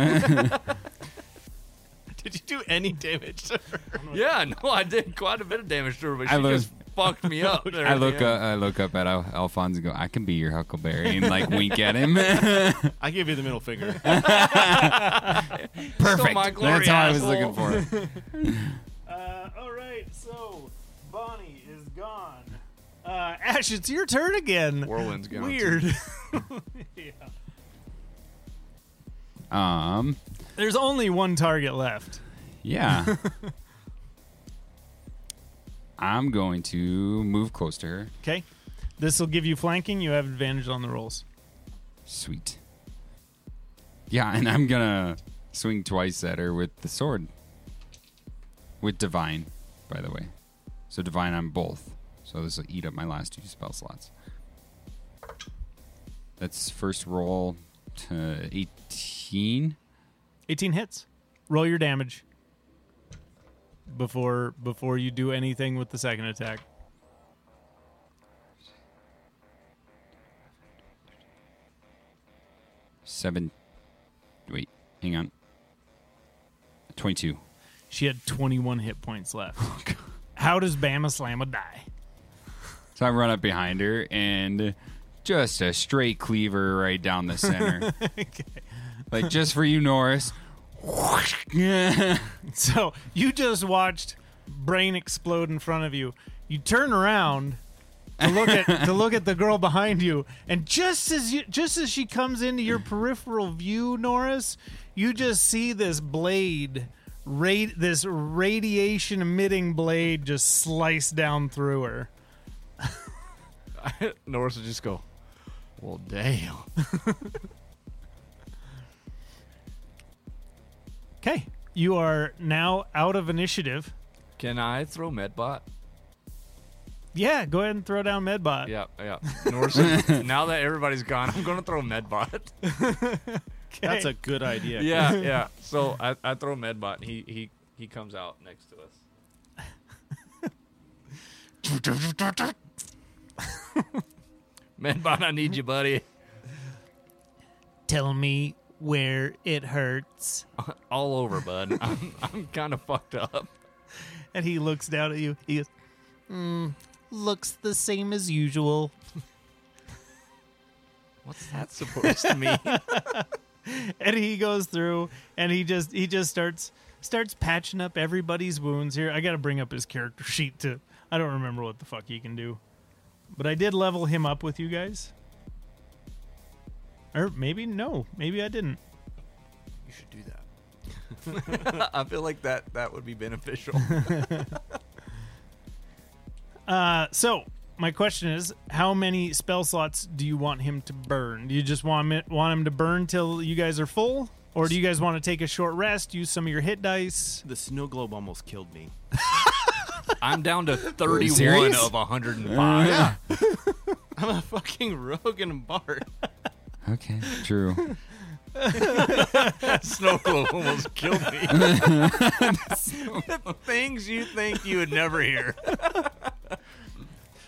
Speaker 4: did you do any damage to her?
Speaker 3: yeah, no, I did quite a bit of damage to her, but
Speaker 2: I
Speaker 3: she
Speaker 2: look-
Speaker 3: just fucked me up. There
Speaker 2: I
Speaker 3: at the
Speaker 2: look
Speaker 3: end.
Speaker 2: up, I look up at Al- Alphonse and go, I can be your Huckleberry, and like wink at him.
Speaker 4: I give you the middle finger.
Speaker 2: Perfect.
Speaker 3: my glory,
Speaker 2: That's all I
Speaker 3: asshole.
Speaker 2: was looking for.
Speaker 1: Uh, all right, so Bonnie is gone. Uh, Ash, it's your turn again.
Speaker 3: Whirlwind's going.
Speaker 1: Weird. yeah.
Speaker 2: Um,
Speaker 1: There's only one target left.
Speaker 2: yeah. I'm going to move close to her.
Speaker 1: Okay. This will give you flanking. You have advantage on the rolls.
Speaker 2: Sweet. Yeah, and I'm gonna swing twice at her with the sword. With divine, by the way. So divine on both. So this will eat up my last two spell slots. That's first roll to 18.
Speaker 1: 18 hits. Roll your damage before before you do anything with the second attack.
Speaker 2: Seven. Wait, hang on. 22.
Speaker 1: She had 21 hit points left. How does Bama Slamma die?
Speaker 2: So I run up behind her and just a straight cleaver right down the center. Like just for you, Norris.
Speaker 1: So you just watched brain explode in front of you. You turn around to look at to look at the girl behind you, and just as you just as she comes into your peripheral view, Norris, you just see this blade, ra- this radiation emitting blade, just slice down through her.
Speaker 3: Norris would just go, well, damn.
Speaker 1: Okay, you are now out of initiative.
Speaker 3: Can I throw Medbot?
Speaker 1: Yeah, go ahead and throw down Medbot.
Speaker 3: Yeah, yeah. Norris, now that everybody's gone, I'm going to throw Medbot.
Speaker 4: That's a good idea.
Speaker 3: yeah, yeah. So I, I throw Medbot. And he, he, he comes out next to us. Medbot, I need you, buddy.
Speaker 1: Tell me where it hurts.
Speaker 3: All over, bud. I'm, I'm kind of fucked up.
Speaker 1: And he looks down at you. He goes, "Hmm, looks the same as usual.
Speaker 3: What's that supposed to mean?
Speaker 1: And he goes through and he just he just starts starts patching up everybody's wounds here. I gotta bring up his character sheet to I don't remember what the fuck he can do. But I did level him up with you guys. Or maybe no, maybe I didn't.
Speaker 3: You should do that. I feel like that that would be beneficial.
Speaker 1: Uh so my question is, how many spell slots do you want him to burn? Do you just want him, want him to burn till you guys are full? Or do you guys want to take a short rest, use some of your hit dice?
Speaker 4: The snow globe almost killed me.
Speaker 3: I'm down to 31
Speaker 2: Serious?
Speaker 3: of 105.
Speaker 4: I'm a fucking rogue and bard.
Speaker 2: okay, true.
Speaker 3: Snow globe almost killed me. the things you think you would never hear.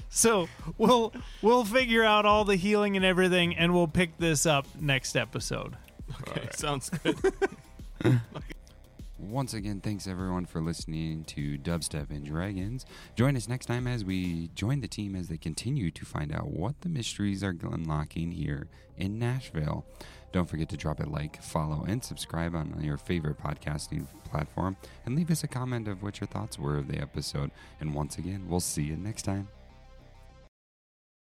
Speaker 1: So we'll we'll figure out all the healing and everything, and we'll pick this up next episode.
Speaker 4: Okay, sounds good.
Speaker 2: Once again, thanks everyone for listening to Dubstep and Dragons. Join us next time as we join the team as they continue to find out what the mysteries are unlocking here in Nashville. Don't forget to drop a like, follow, and subscribe on your favorite podcasting platform and leave us a comment of what your thoughts were of the episode. And once again, we'll see you next time.